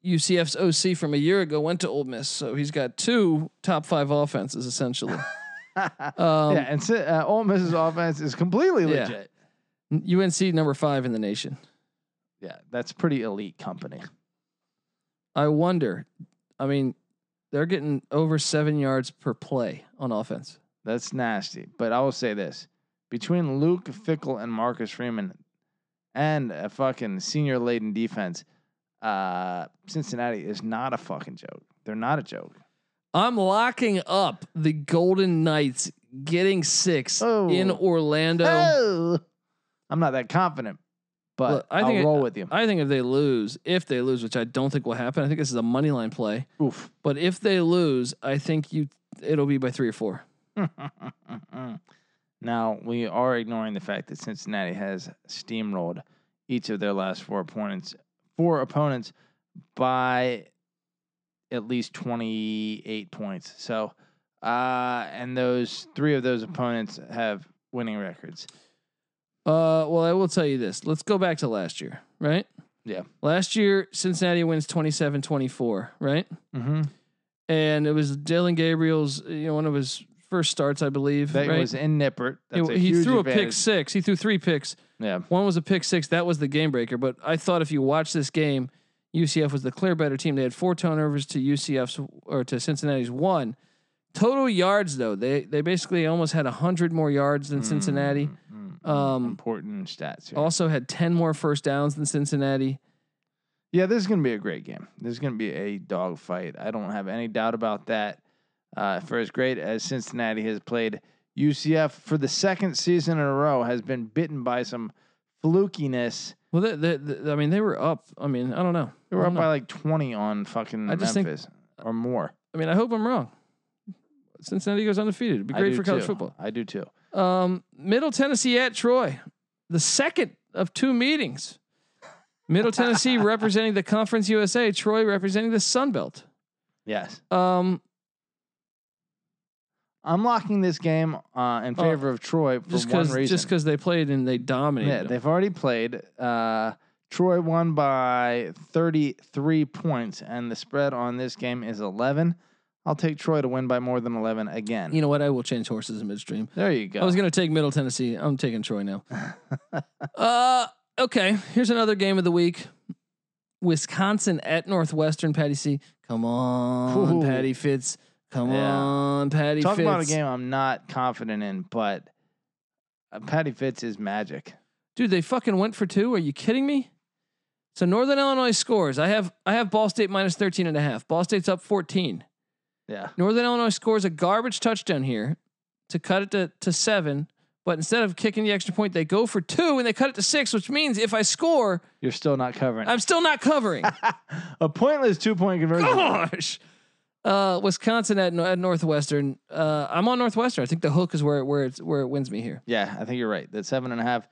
UCF's OC from a year ago. Went to Ole Miss, so he's got two top five offenses essentially. Um,
yeah, and si- uh, Ole Miss's offense is completely
Yeah.
legit.
UNC number five in the nation.
Yeah, that's pretty elite company.
I wonder. I mean, they're getting over seven yards per play on offense.
That's nasty. But I will say this between Luke Fickle and Marcus Freeman and a fucking senior laden defense, uh, Cincinnati is not a fucking joke. They're not a joke.
I'm locking up the Golden Knights getting six
Oh.
in Orlando.
Oh. I'm not that confident, but
Look, I
I
think
will
it-
roll with you.
I think if they lose, if they lose, which I don't think will happen, I think this is a money line play.
Oof.
But if they lose, I think you it'll be by three or four.
now, we are ignoring the fact that Cincinnati has steamrolled each of their last four opponents, four opponents by at least 28 points. So, uh, and those three of those opponents have winning records.
Uh, well, I will tell you this. Let's go back to last year, right?
Yeah.
Last year, Cincinnati wins 27-24, right?
Mm-hmm.
And it was Dylan Gabriel's, you know, one of his first starts, I believe.
That
right?
was in Nippert.
It-
That's a
he
huge
threw a pick
advantage.
six. He threw three picks.
Yeah.
One was a pick six. That was the game breaker. But I thought if you watch this game, UCF was the clear better team. They had four turnovers to UCF's or to Cincinnati's one. Total yards though, they they basically almost had hundred more yards than Cincinnati.
Mm, mm, mm.
Um,
Important stats here.
Also had ten more first downs than Cincinnati.
Yeah, this is going to be a great game. This is going to be a dogfight. I don't have any doubt about that. Uh, for as great as Cincinnati has played, UCF for the second season in a row has been bitten by some flukiness.
Well, they, they, they- I mean, they were up. I mean, I don't know.
They were
I don't
up
know.
by like 20 on fucking
Hmm. I just think-
Memphis or more.
I mean, I hope I'm wrong. Cincinnati goes undefeated. It'd be
I
great
do
for college
too.
football.
I do too.
Um, Middle Tennessee at Troy, the second of two meetings. Middle Tennessee representing the Conference USA, Troy representing the Sun Belt.
Yes.
Um,
I'm locking this game uh, in
Oh,
favor of Troy for
just
one
because
reason.
just because they played and they dominated.
yeah,
them.
they've already played. Uh, Troy won by 33 points, and the spread on this game is 11. I'll take Troy to win by more than 11 again.
you know what? I will change horses in midstream.
there you go.
I was going to take Middle Tennessee. I'm taking Troy now. uh, okay. Here's another game of the week Wisconsin at Northwestern. Patty C. Come on,
Ooh.
Patty Fitz. Come
Yeah.
on, Patty
Talk
Fitz.
about a game I'm not confident in, but uh, Patty Fitz is magic.
Dude, they fucking went for two. Are you kidding me? So Northern Illinois scores. I have I have Ball State minus 13 and a half. Ball State's up 14.
Yeah.
Northern Illinois scores a garbage touchdown here to cut it to, to seven. But instead of kicking the extra point, they go for two and they cut it to six, which means if I score,
You're still not covering.
I'm still not covering.
a pointless two point conversion.
Gosh. Uh, Wisconsin at, at Northwestern. Uh, I'm on Northwestern. I think the hook is where where it's where it wins me here.
Yeah, I think you're right. That seven and a half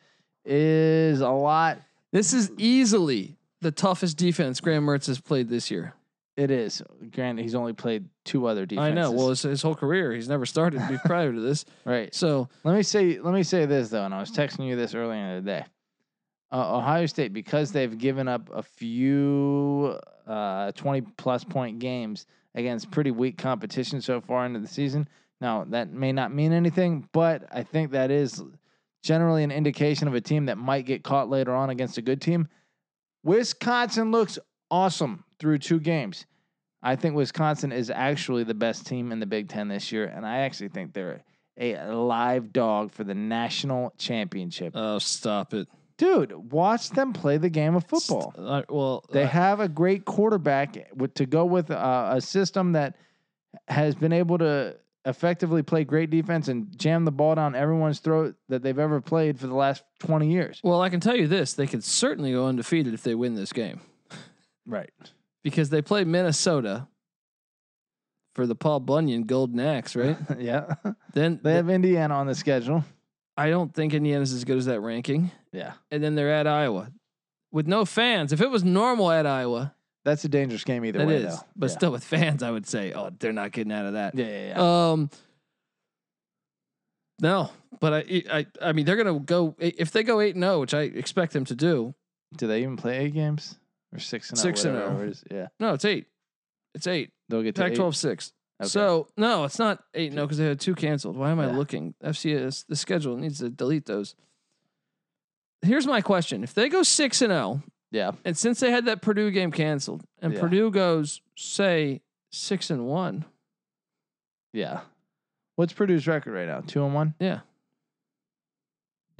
is a lot.
This is easily the toughest defense Graham Mertz has played this year.
It is. Granted, he's only played two other defenses.
I know. Well, it's his whole career, he's never started be- prior to this.
right.
So
Let me say let me say this though, and I was texting you this earlier in the day. Uh, Ohio State, because they've given up a few uh, twenty plus point games against pretty weak competition so far into the season. Now that may not mean anything, but I think that is generally an indication of a team that might get caught later on against a good team. Wisconsin looks awesome through two games. I think Wisconsin is actually the best team in the Big Ten this year, and I actually think they're a live dog for the national championship.
oh, stop it,
Dude, watch them play the game of football.
St- uh, well,
They
uh,
have a great quarterback with, to go with uh, a system that has been able to effectively play great defense and jam the ball down everyone's throat that they've ever played for the last 20 years.
uh, well, I can tell you this: they could certainly go undefeated if they win this game
Right.
because they play Minnesota for the Paul Bunyan Golden Axe, right?
yeah.
then
They have Indiana on the schedule.
I don't think Indiana's as good as that ranking.
Yeah.
And then they're at Iowa with no fans. If it was normal at Iowa,
That's a dangerous game either
that
way,
is,
though.
but
yeah.
still with fans, I would say, oh, they're not getting out of that.
Yeah, yeah, yeah.
Um, no, but I, I, I mean, they're gonna go if they go eight and zero, which I expect them to do.
Do they even play eight games or six and oh,
Six and
whatever
oh.
it is. Yeah,
No, it's eight. It's eight.
they'll get to
Pac
eight.
12 six.
Okay.
So no, it's not eight. No, because they had two canceled. Why am I
Yeah.
looking? FCS the schedule needs to delete those. Here's my question: If they go six and zero,
Yeah.
and since they had that Purdue game canceled, and
Yeah.
Purdue goes say six and one,
Yeah. What's Purdue's record right now? Two and one?
Yeah.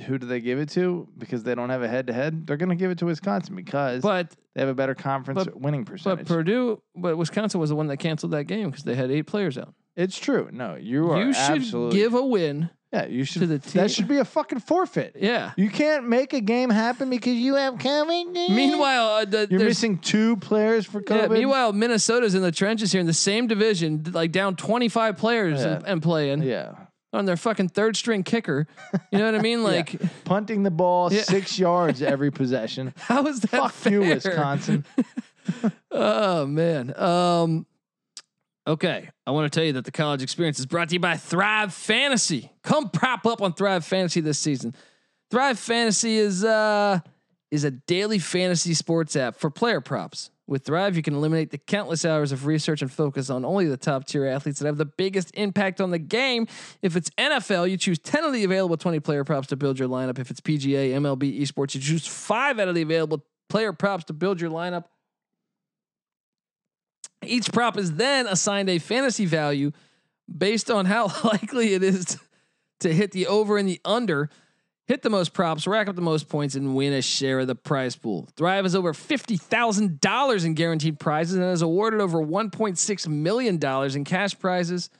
Who do they give it to? Because they don't have a head to head. They're going to give it to Wisconsin because
but
they have a better conference
but-
winning
but
percentage.
Purdue, but Wisconsin was the one that canceled that game because they had eight players out.
it's true. No, you are
You should
absolutely.
give a win
yeah, you should.
to the team.
That should be a fucking forfeit.
Yeah.
You can't make a game happen because you have COVID.
Meanwhile, uh, the,
you're
there's-
missing two players for COVID.
Yeah, meanwhile, Minnesota's in the trenches here in the same division, like down 25 players and, and playing
Yeah.
on their fucking third string kicker. You know what I mean? Like,
Punting the ball
Yeah.
six yards every possession.
how is that?
Fuck
fair?
you, Wisconsin.
Oh man. Um, okay, I want to tell you that the college experience is brought to you by Thrive Fantasy. Come prop up on Thrive Fantasy this season. Thrive Fantasy is uh is a daily fantasy sports app for player props. With Thrive, you can eliminate the countless hours of research and focus on only the top tier athletes that have the biggest impact on the game. If it's NFL, you choose 10 of the available 20 player props to build your lineup. If it's PGA, MLB, esports, you choose five out of the available player props to build your lineup. Each prop is then assigned a fantasy value based on how likely it is to, to hit the over and the under, hit the most props, rack up the most points, and win a share of the prize pool. Thrive has over $50,000 in guaranteed prizes and has awarded over $1.6 million in cash prizes.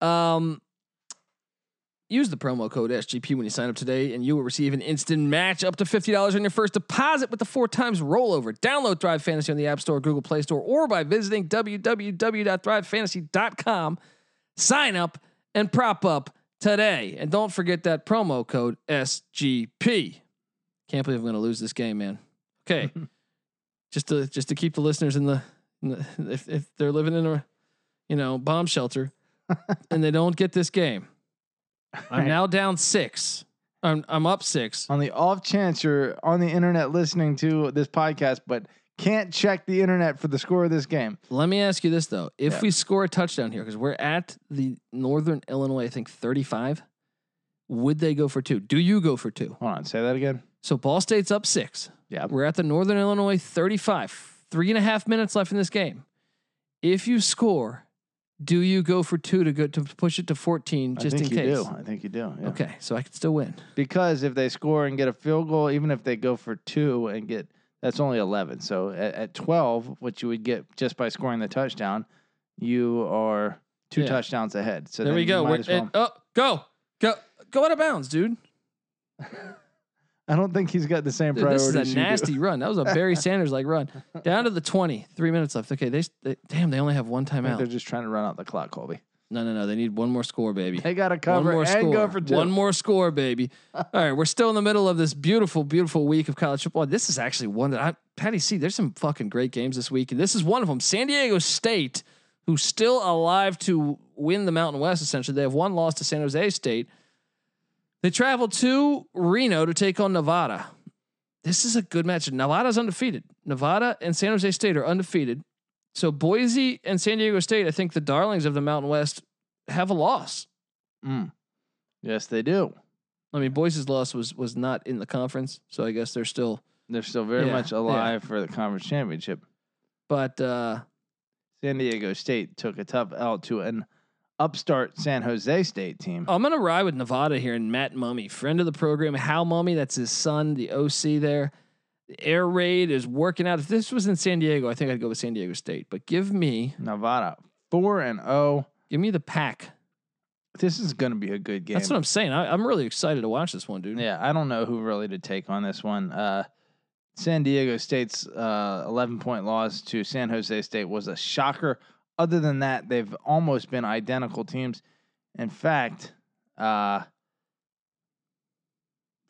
Um, Use the promo code SGP when you sign up today, and you will receive an instant match up to $50 on your first deposit with the four times rollover. Download Thrive Fantasy on the App Store, Google Play Store, or by visiting www.thrivefantasy.com. Sign up and prop up today. And don't forget that promo code SGP. Can't believe I'm going to lose this game, man. Okay. just to just to keep the listeners in the, in the if, if they're living in a you know bomb shelter and they don't get this game. I'm now down 6. I'm I'm up 6.
on the off chance you're on the internet listening to this podcast, but can't check the internet for the score of this game.
Let me ask you this though. If
Yeah.
we score a touchdown here cuz we're at the Northern Illinois I think 35, would they go for 2? Do you go for 2?
Hold on, say that again.
So Ball State's up 6.
Yeah.
We're at the Northern Illinois 35. Three and a half minutes left in this game. If you score, do you go for two to go to push it to 14 just in
I think you
case?
do. I think you do. yeah.
Okay, so I could still win.
Because if they score and get a field goal, even if they go for two and get that's only eleven. So at, at twelve, what you would get just by scoring the touchdown, you are two
Yeah.
touchdowns ahead. So
there
then
we
you
go.
might
We're
as well-
at, oh, go. Go go out of bounds, dude.
I don't think he's got the same
Dude,
priority.
this is a nasty run. That was a Barry Sanders like run. Down to the 20. 3 minutes left. Okay, they, s- they damn, they only have one
They're
timeout.
just trying to run out the clock, Colby.
No, no, no. They need one more score, baby.
They got to
One
cover
more
and
score.
go for two.
One more score, baby. All right, we're still in the middle of this beautiful, beautiful week of college football. This is actually one that I, Patty, see, there's some fucking great games this week, and this is one of them. San Diego State, who's still alive to win the Mountain West, essentially, they have one loss to San Jose State. They travel to Reno to take on Nevada. This is a good match. Nevada's undefeated. Nevada and San Jose State are undefeated. So Boise and San Diego State, I think the darlings of the Mountain West, have a loss.
Mm. Yes, they do.
I mean, Boise's loss was was not in the conference, so I guess they're still.
They're still very
Yeah,
much
yeah.
alive for the conference championship.
But uh,
San Diego State took a tough L to an upstart San Jose State team.
I'm gonna ride with Nevada here and Matt Mummy, friend of the program, Hal Mummy. That's his son, the OC there. The air raid is working out. If this was in San Diego, I think I'd go with San Diego State. But give me
Nevada four and zero.
give me the pack.
This is going to be a good game.
That's what I'm saying. I, I'm really excited to watch this one, dude.
yeah, I don't know who really to take on this one. Uh, San Diego State's uh, eleven point loss to San Jose State was a shocker. Other than that, they've almost been identical teams. In fact, uh,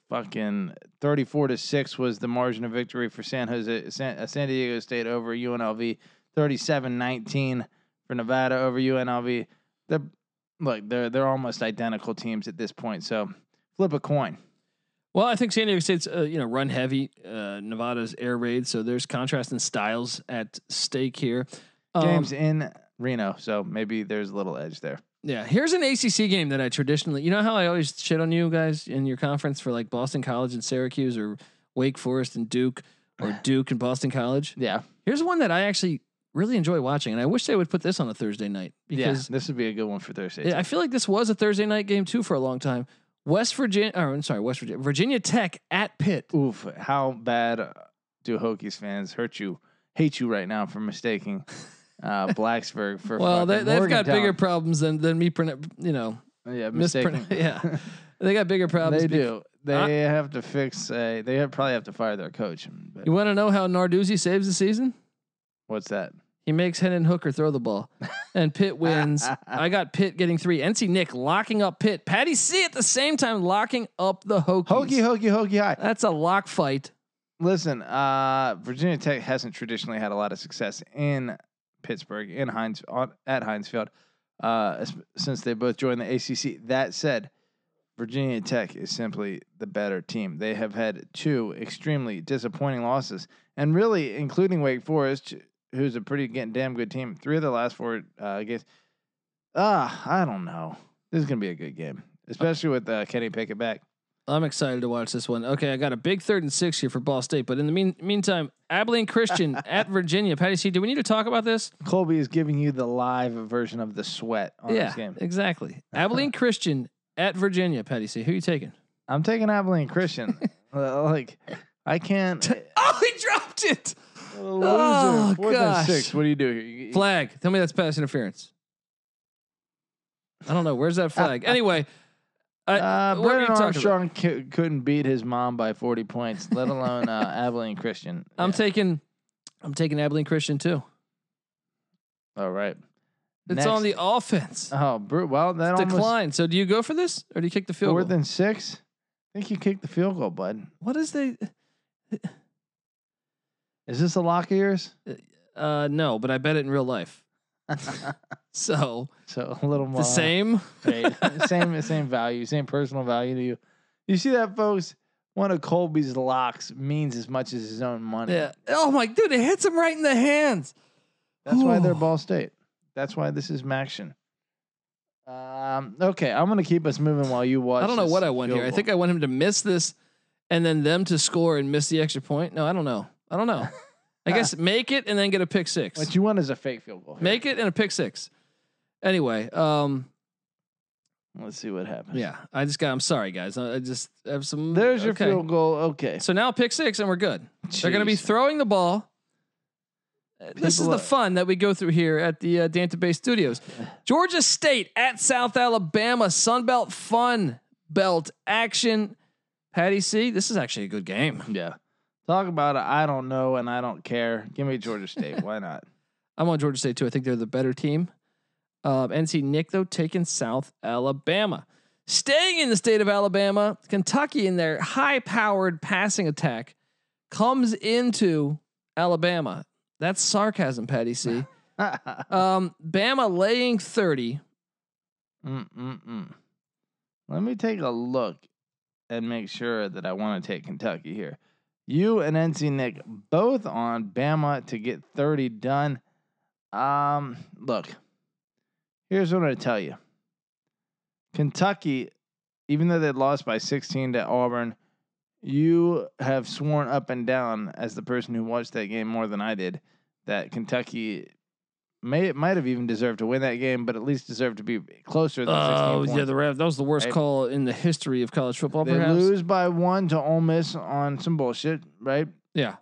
fucking thirty four to six was the margin of victory for San Jose San, uh, San Diego State over UNLV. 37-19 for Nevada over UNLV. They're look, they're they're almost identical teams at this point. So flip a coin.
Well, I think San Diego State's uh, you know run heavy. Uh, Nevada's air raid, so there's contrast in styles at stake here. Um,
Games in Reno, so maybe there's a little edge there.
Yeah, here's an ACC game that I traditionally, you know how I always shit on you guys in your conference for like Boston College and Syracuse or Wake Forest and Duke or Duke and Boston College.
Yeah,
Here's one that I actually really enjoy watching, and I wish they would put this on a Thursday night because
yeah, this would be a good one for Thursday.
I feel like this was a Thursday night game too for a long time. West Virginia, or I'm sorry, West Virginia, Virginia Tech at Pitt.
too. Oof, how bad uh, do Hokies fans hurt you, hate you right now for mistaking uh, Blacksburg for
Well, they,
fucking
they've got bigger
Morgantown.
problems than than me, pronoun- you know,
yeah mistaking.
mispronounce. Yeah, they got bigger problems.
they
bec-
do. They have to fix. A, they have, probably have to fire their coach. But
You want to know how Narduzzi saves the season?
what's that?
He makes Hennon Hooker throw the ball, and Pitt wins. I got Pitt getting three. NC Nick locking up Pitt. Patty C at the same time locking up the Hokies.
Hokey, hokey, hokey, high.
That's a lock fight.
Listen, uh, Virginia Tech hasn't traditionally had a lot of success in Pittsburgh, in Heinz, on, at Heinz Field, uh, es- since they both joined the ACC. That said, Virginia Tech is simply the better team. They have had two extremely disappointing losses, and really, including Wake Forest, who's a pretty ga- damn good team. Three of the last four uh, games. Ah, I don't know. This is gonna be a good game, especially with uh, Kenny Pickett back.
I'm excited to watch this one. Okay, I got a big third and six here for Ball State, but in the mean, meantime, Abilene Christian at Virginia. Patty C, do we need to talk about this?
Colby is giving you the live version of the sweat on
yeah,
this game.
exactly. Abilene Christian at Virginia. Patty C, who you taking?
I'm taking Abilene Christian. Uh, like, I can't. uh,
Oh, he dropped it.
Loser.
Oh,
Fourth
gosh.
and six. What do you do here? You- you-
Flag. Tell me that's pass interference. I don't know. Where's that flag? anyway, I-
Uh,
what are you
Brennan
talking about?
Armstrong cou- couldn't beat his mom by 40 points, let alone uh, Abilene Christian.
I'm
Yeah.
taking, I'm taking Abilene Christian too.
All Oh, right.
It's
Next.
on the offense.
Oh, bru- well, that almost
Decline. So do you go for this or do you kick the field?
fourth
goal?
and six. I think you kicked the field goal, bud.
what is they?
Is this a lock of yours?
Uh, no, but I bet it in real life. So
so a little more. uh,
the same.
Right. same same value, same personal value to you. You see that, folks? One of Colby's locks means as much as his own money.
Yeah. Oh my dude, it hits him right in the hands.
That's why they're
Ooh.
Ball State. That's why this is Maction. Um, okay, I'm gonna keep us moving while you watch.
I don't know
this
what I want
field
here. I
goal.
think I want him to miss this and then them to score and miss the extra point. No, I don't know. I don't know. I guess make it and then get a pick six.
what you want is a fake field goal. here.
Make it and a pick six. Anyway, um,
Let's see what happens.
yeah, I just got. I'm sorry, guys. I I just have some.
There's your
okay.
field goal. Okay.
So now pick six, and we're good. They're going to be
Jeez.
throwing the ball. Uh, This is
People
the
are-
fun that we go through here at the uh, Danta Bay Studios. Georgia State at South Alabama, Sunbelt Fun Belt action. Patty C, this is actually a good game.
Yeah. Talk about it. I don't know and I don't care. Give me Georgia State. Why not?
I'm on Georgia State too. I think they're the better team. Uh, NC Nick though taking South Alabama. Staying in the state of Alabama, Kentucky in their high-powered passing attack comes into Alabama. That's sarcasm, Patty C.
Mm,
Um, Bama laying 30.
Mm-mm-mm. Let me take a look and make sure that I want to take Kentucky here. You and NC Nick both on Bama to get 30 done. Um, look, here's what I tell you. Kentucky, even though they lost by 16 to Auburn, you have sworn up and down as the person who watched that game more than I did that Kentucky may might have even deserved to win that game, but at least deserved to be closer than 16
Oh,
points.
yeah, the Rev. That was the worst
Right.
call in the history of college football,
They
perhaps.
lose by one to Ole Miss on some bullshit, right?
Yeah.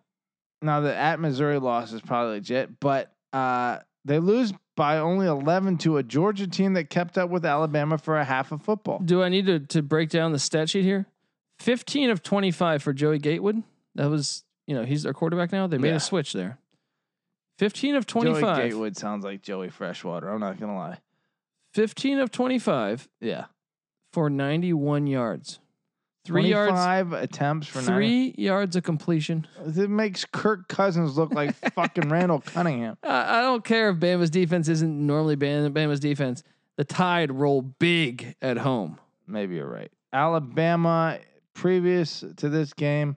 Now the at Missouri loss is probably legit, but uh, they lose by only eleven to a Georgia team that kept up with Alabama for a half of football.
Do I need to, to break down the stat sheet here? 15 of 25 for Joey Gatewood. That was, you know, he's their quarterback now. They made
Yeah.
a switch there. 15 of
Joey
25.
Gatewood sounds like Joey Freshwater. I'm not gonna lie.
15 of 25
Yeah,
for 91 yards. Three yards.
Five attempts for nine.
Three yards of completion.
It makes Kirk Cousins look like fucking Randall Cunningham.
I, I don't care if Bama's defense isn't normally Bam- Bama's defense. The Tide roll big at home.
Maybe you're right. Alabama, previous to this game,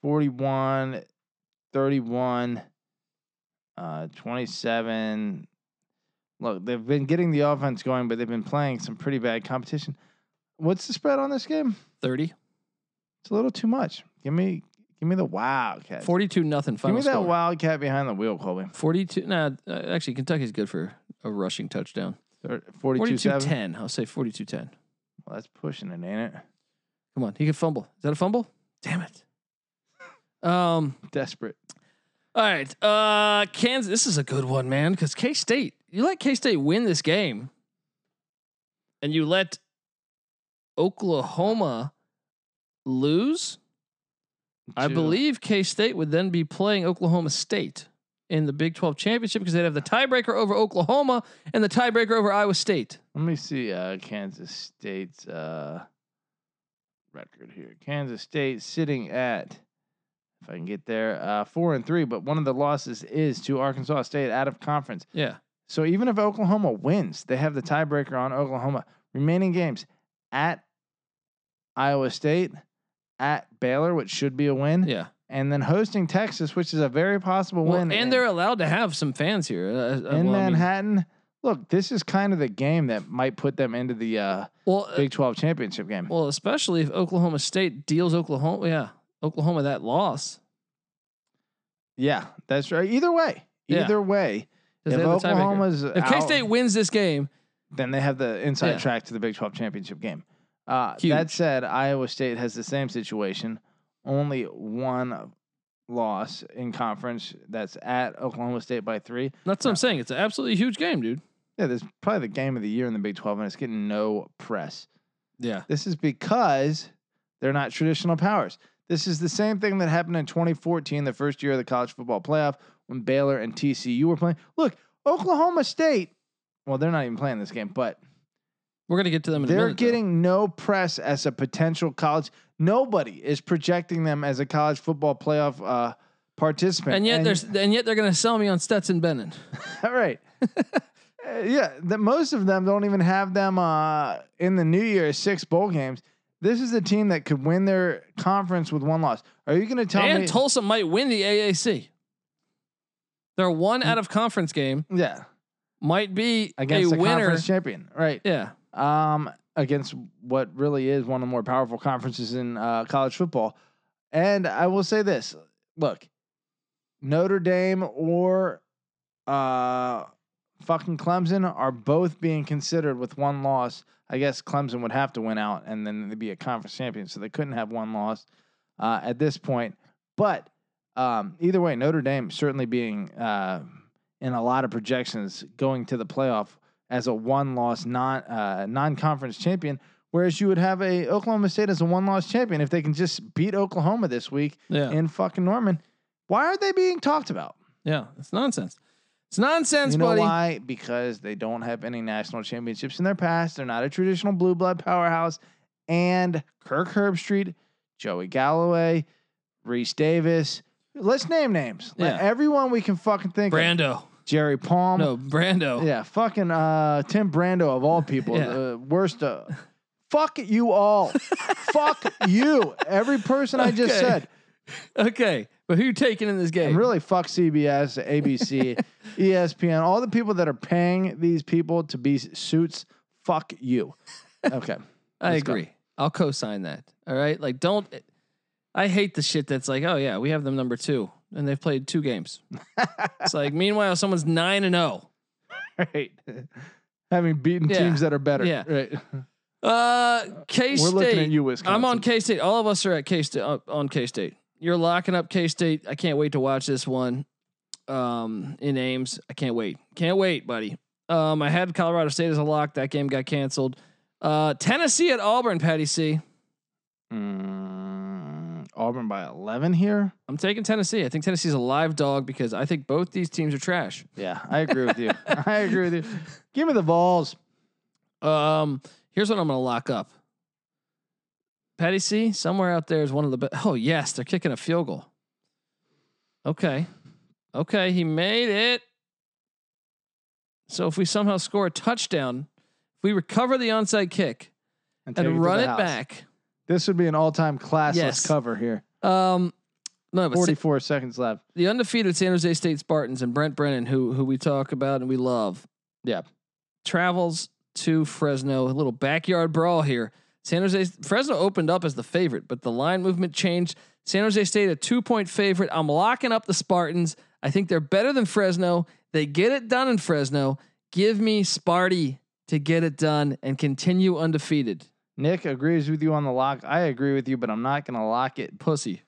41, 31, uh, 27. Look, they've been getting the offense going, but they've been playing some pretty bad competition. What's the spread on this game?
30.
It's a little too much. Give me give me the wildcat.
42 nothing
give
final
me that
score.
wildcat behind the wheel, Colby.
42 nah, uh, actually Kentucky's good for a rushing touchdown.
42
42
7.
10. I'll say 42 10.
Well, that's pushing it, ain't it?
Come on, he could fumble. Is that a fumble? Damn it. Um
Desperate.
all right. Uh Kansas this is a good one, man, cuz K-State, you let K-State win this game and you let Oklahoma lose? I
Two.
believe K State would then be playing Oklahoma State in the Big 12 championship because they'd have the tiebreaker over Oklahoma and the tiebreaker over Iowa State.
Let me see uh, Kansas State's uh, record here. Kansas State sitting at, if I can get there, uh, four and three, but one of the losses is to Arkansas State out of conference.
Yeah.
So even if Oklahoma wins, they have the tiebreaker on Oklahoma. Remaining games at Iowa State, at Baylor, which should be a win,
Yeah.
and then hosting Texas, which is a very possible
Well,
win.
and they're allowed to have some fans here. Uh, uh,
in
well, I mean-
Manhattan. Look, this is kind of the game that might put them into the. Uh,
well, uh,
Big 12 championship game.
well, especially if Oklahoma State deals Oklahoma, yeah, Oklahoma that loss.
Yeah, that's right. Either way,
Yeah.
either way,
'cause
if
they have the tiebreaker.
Oklahoma's
if K State
out,
wins this game,
then they have the inside
Yeah.
track to the Big 12 championship game. Uh,
Huge.
that said, Iowa State has the same situation, only one loss in conference. That's at Oklahoma State by three.
that's what
No.
I'm saying. It's an absolutely huge game, dude.
Yeah, that's probably the game of the year in the Big 12, and it's getting no press.
Yeah.
This is because they're not traditional powers. This is the same thing that happened in 2014, the first year of the college football playoff, when Baylor and TCU were playing. Look, Oklahoma State, well, they're not even playing this game, but
We're gonna get to them in a
they're
minute. though.
getting no press as a potential college. Nobody is projecting them as a college football playoff uh, participant.
and yet there's and yet they're gonna sell me on Stetson Bennett.
All right. Uh, yeah, that most of them don't even have them uh, in the New Year six bowl games. This is a team that could win their conference with one loss. Are you going to tell
and
me?
Tulsa might win the AAC. Their one
Hmm.
out of conference game
yeah,
might be
against
a
the
winner.
conference champion, right?
Yeah.
Um, against what really is one of the more powerful conferences in uh, college football. And I will say this: look, Notre Dame or uh, fucking Clemson are both being considered with one loss. I guess Clemson would have to win out, and then they'd be a conference champion, so they couldn't have one loss uh, at this point. But um, either way, Notre Dame certainly being uh, in a lot of projections going to the playoff as a one-loss non uh, non-conference champion, whereas you would have a Oklahoma State as a one-loss champion if they can just beat Oklahoma this week
Yeah.
in fucking Norman. Why aren't they being talked about?
yeah. It's nonsense. It's nonsense,
you know
buddy.
why? Because they don't have any national championships in their past. They're not a traditional blue blood powerhouse. And Kirk Herbstreit, Joey Galloway, Reese Davis. Let's name names. Let
Yeah.
everyone we can fucking think. of.
Brando.
Jerry Palm.
No, Brando.
Yeah, fucking uh, Tim Brando of all people,
Yeah.
the worst. Uh, fuck you all. fuck you. Every person I just
Okay.
said.
Okay. But who you taking in this game?
And really, fuck CBS, ABC, ESPN, all the people that are paying these people to be suits. Fuck you. Okay.
I
Let's go.
agree. I'll co-sign that. All right. Like, don't. I hate the shit that's like, oh yeah, we have them number two, and they've played two games. it's like, meanwhile, someone's nine and oh. zero.
Right. Having beaten
Yeah.
teams that are better.
Yeah.
Right.
Uh, K
We're looking at
State.
you, Wisconsin.
I'm on K State. All of us are at K State. Uh, on K State, you're locking up K State. I can't wait to watch this one. Um, in Ames, I can't wait. Can't wait, buddy. Um, I had Colorado State as a lock. That game got canceled. Uh, Tennessee at Auburn, Patty C.
Mm, Auburn by 11 here.
I'm taking Tennessee. I think Tennessee's a live dog because I think both these teams are trash.
Yeah, I agree with you. I agree with you. Give me the balls.
Um, here's what I'm gonna lock up. Patty C, somewhere out there is one of the best. Oh yes, they're kicking a field goal. Okay, okay, he made it. So if we somehow score a touchdown, if we recover the onside kick
take
and
to
run
the
it
house.
back,
This would be an all-time classless
Yes.
cover here.
um, no, but
44 seconds left.
the undefeated San Jose State Spartans and Brent Brennan, who who we talk about and we love,
Yeah.
travels to Fresno. A little backyard brawl here. San Jose Fresno opened up as the favorite, but the line movement changed. San Jose State a two point favorite. I'm locking up the Spartans. I think they're better than Fresno. They get it done in Fresno. Give me Sparty to get it done and continue undefeated.
Nick agrees with you on the lock. I agree with you, but I'm not going to lock it.
Pussy.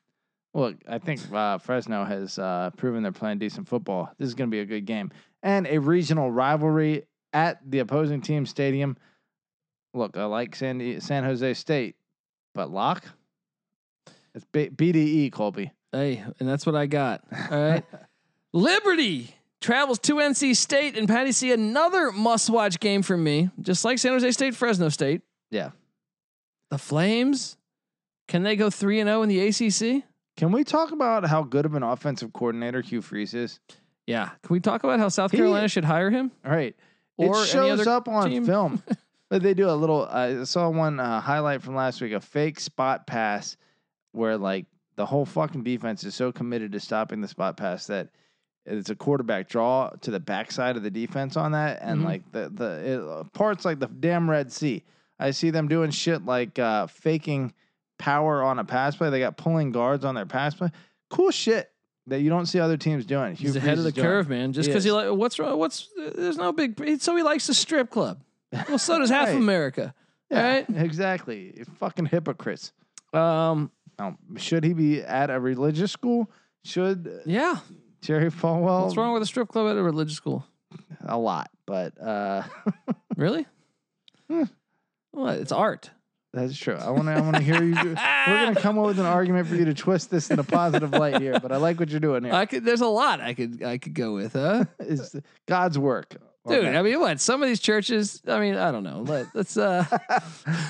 Look, I think uh, Fresno has uh, proven they're playing decent football. This is going to be a good game and a regional rivalry at the opposing team stadium. Look, I like San Di- San Jose State, but lock. It's B- BDE, Colby.
Hey, and that's what I got. All right. Liberty travels to NC State and Patty C another must watch game for me, just like San Jose State, Fresno State.
Yeah.
The Flames, can they go 3 and 0 in the ACC?
Can we talk about how good of an offensive coordinator Hugh Freeze is?
Yeah. Can we talk about how South
He-
Carolina should hire him?
All right.
Or any
it shows
other
up on
team?
film. but they do a little. I saw one uh, highlight from last week, a fake spot pass, where like the whole fucking defense is so committed to stopping the spot pass that it's a quarterback draw to the backside of the defense on that, and
Mhm.
like the the it, uh, parts like the damn Red Sea. I see them doing shit like uh, faking power on a pass play. They got pulling guards on their pass play. Cool shit that you don't see other teams doing. Hugh
He's ahead
Freeze
of the
is doing.
curve, man. Just
He
because he
is.
like what's wrong? What's there's no big so he likes the strip club. Well, so does half
Right.
America.
Yeah,
Right?
exactly. You fucking hypocrites.
Um,
Now, should he be at a religious school? Should
yeah.
Jerry Falwell?
What's wrong with a strip club at a religious school?
A lot, but uh,
Really?
Hmm.
What? It's art.
That's true. I want to. I want to hear you. Do, we're gonna come up with an argument for you to twist this in a positive light here. But I like what you're doing here.
I could. There's a lot I could. I could go with, huh?
It's God's work,
Dude,
Okay.
I mean, what? Some of these churches. I mean, I don't know. Let, let's. uh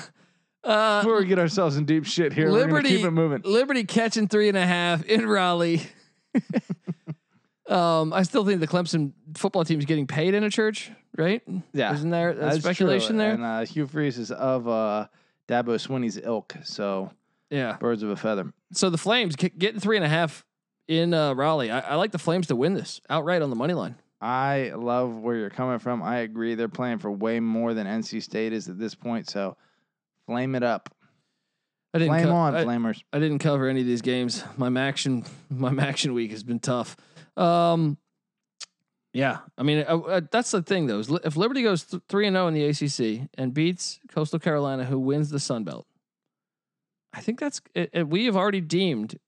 Uh,
Before we get ourselves in deep shit here, Liberty. we're gonna keep
Liberty-
it moving.
Liberty catching three and a half in Raleigh. um, I still think the Clemson football team's getting paid in a church, right?
Yeah,
Isn't there uh,
That's true.
speculation there?
And uh, Hugh Freeze is of uh, Dabo Swinney's ilk, so
yeah.
birds of a feather.
So the Flames ge- getting three and a half in uh, Raleigh. I, I like the Flames to win this outright on the money line.
I love where you're coming from. I agree. They're playing for way more than NC State is at this point. So flame it up.
I didn't
Flame
co-
on,
I,
flamers.
I didn't cover any of these games. My action, my action week has been tough. Um, yeah, I mean uh, uh, that's the thing though. Is li- if Liberty goes th- three and zero in the ACC and beats Coastal Carolina, who wins the Sun Belt, I think that's it, it- we have already deemed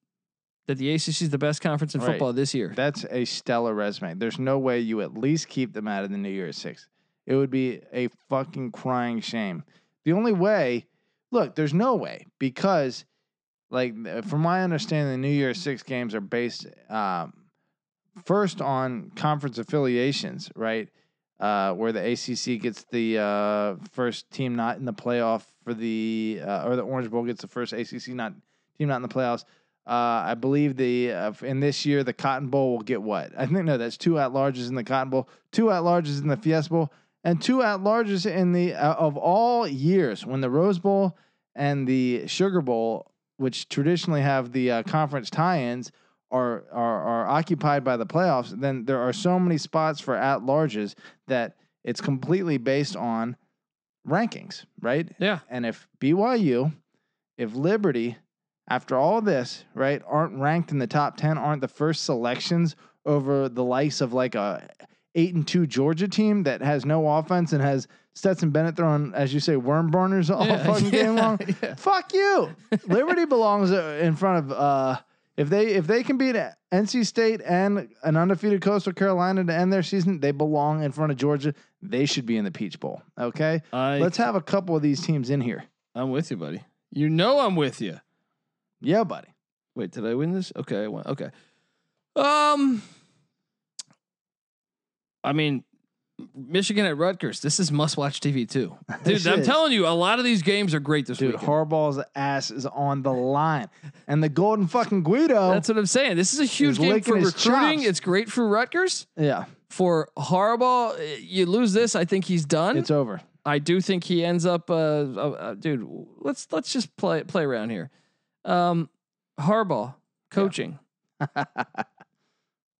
that the ACC is the best conference in
Right.
football this year.
That's a stellar resume. There's no way you at least keep them out of the New Year's Six. It would be a fucking crying shame. The only way, look, there's no way because, like, uh, from my understanding, the New Year's Six games are based um, first on conference affiliations, right? Uh, where the ACC gets the uh, first team not in the playoff for the, uh, or the Orange Bowl gets the first ACC not team not in the playoffs. Uh, I believe the uh, in this year the Cotton Bowl will get what? I think no, that's two at larges in the Cotton Bowl, two at larges in the Fiesta Bowl, and two at larges in the uh, of all years when the Rose Bowl and the Sugar Bowl, which traditionally have the uh, conference tie-ins, are are are occupied by the playoffs. Then there are so many spots for at larges that it's completely based on rankings, right?
Yeah,
And if BYU, if Liberty, after all this, right, aren't ranked in the top 10, aren't the first selections over the likes of like a 8 and 2 Georgia team that has no offense and has Stetson Bennett throwing, as you say, worm burners all
Yeah,
fucking game
yeah,
long.
yeah.
Fuck you. Liberty belongs uh, in front of uh if they if they can beat NC State and an undefeated Coastal Carolina to end their season, they belong in front of Georgia. They should be in the Peach Bowl. Okay?
I,
Let's have a couple of these teams in here.
I'm with you, buddy. You know I'm with you.
Yeah, buddy.
Wait, did I win this? Okay, I won. Okay. Um, I mean, Michigan at Rutgers. This is must-watch TV too, dude.
This
I'm
is.
telling you, a lot of these games are great this
Dude,
week.
Harbaugh's ass is on the line. And the golden fucking Guido.
That's what I'm saying. This is a huge
He's
game
licking
for
his
recruiting.
chops.
It's great for Rutgers.
yeah,
For Harbaugh, eh, you lose this, I think he's done.
it's over.
I do think he ends up, uh, uh, uh, dude. Let's let's just play play around here. Um, Harbaugh coaching.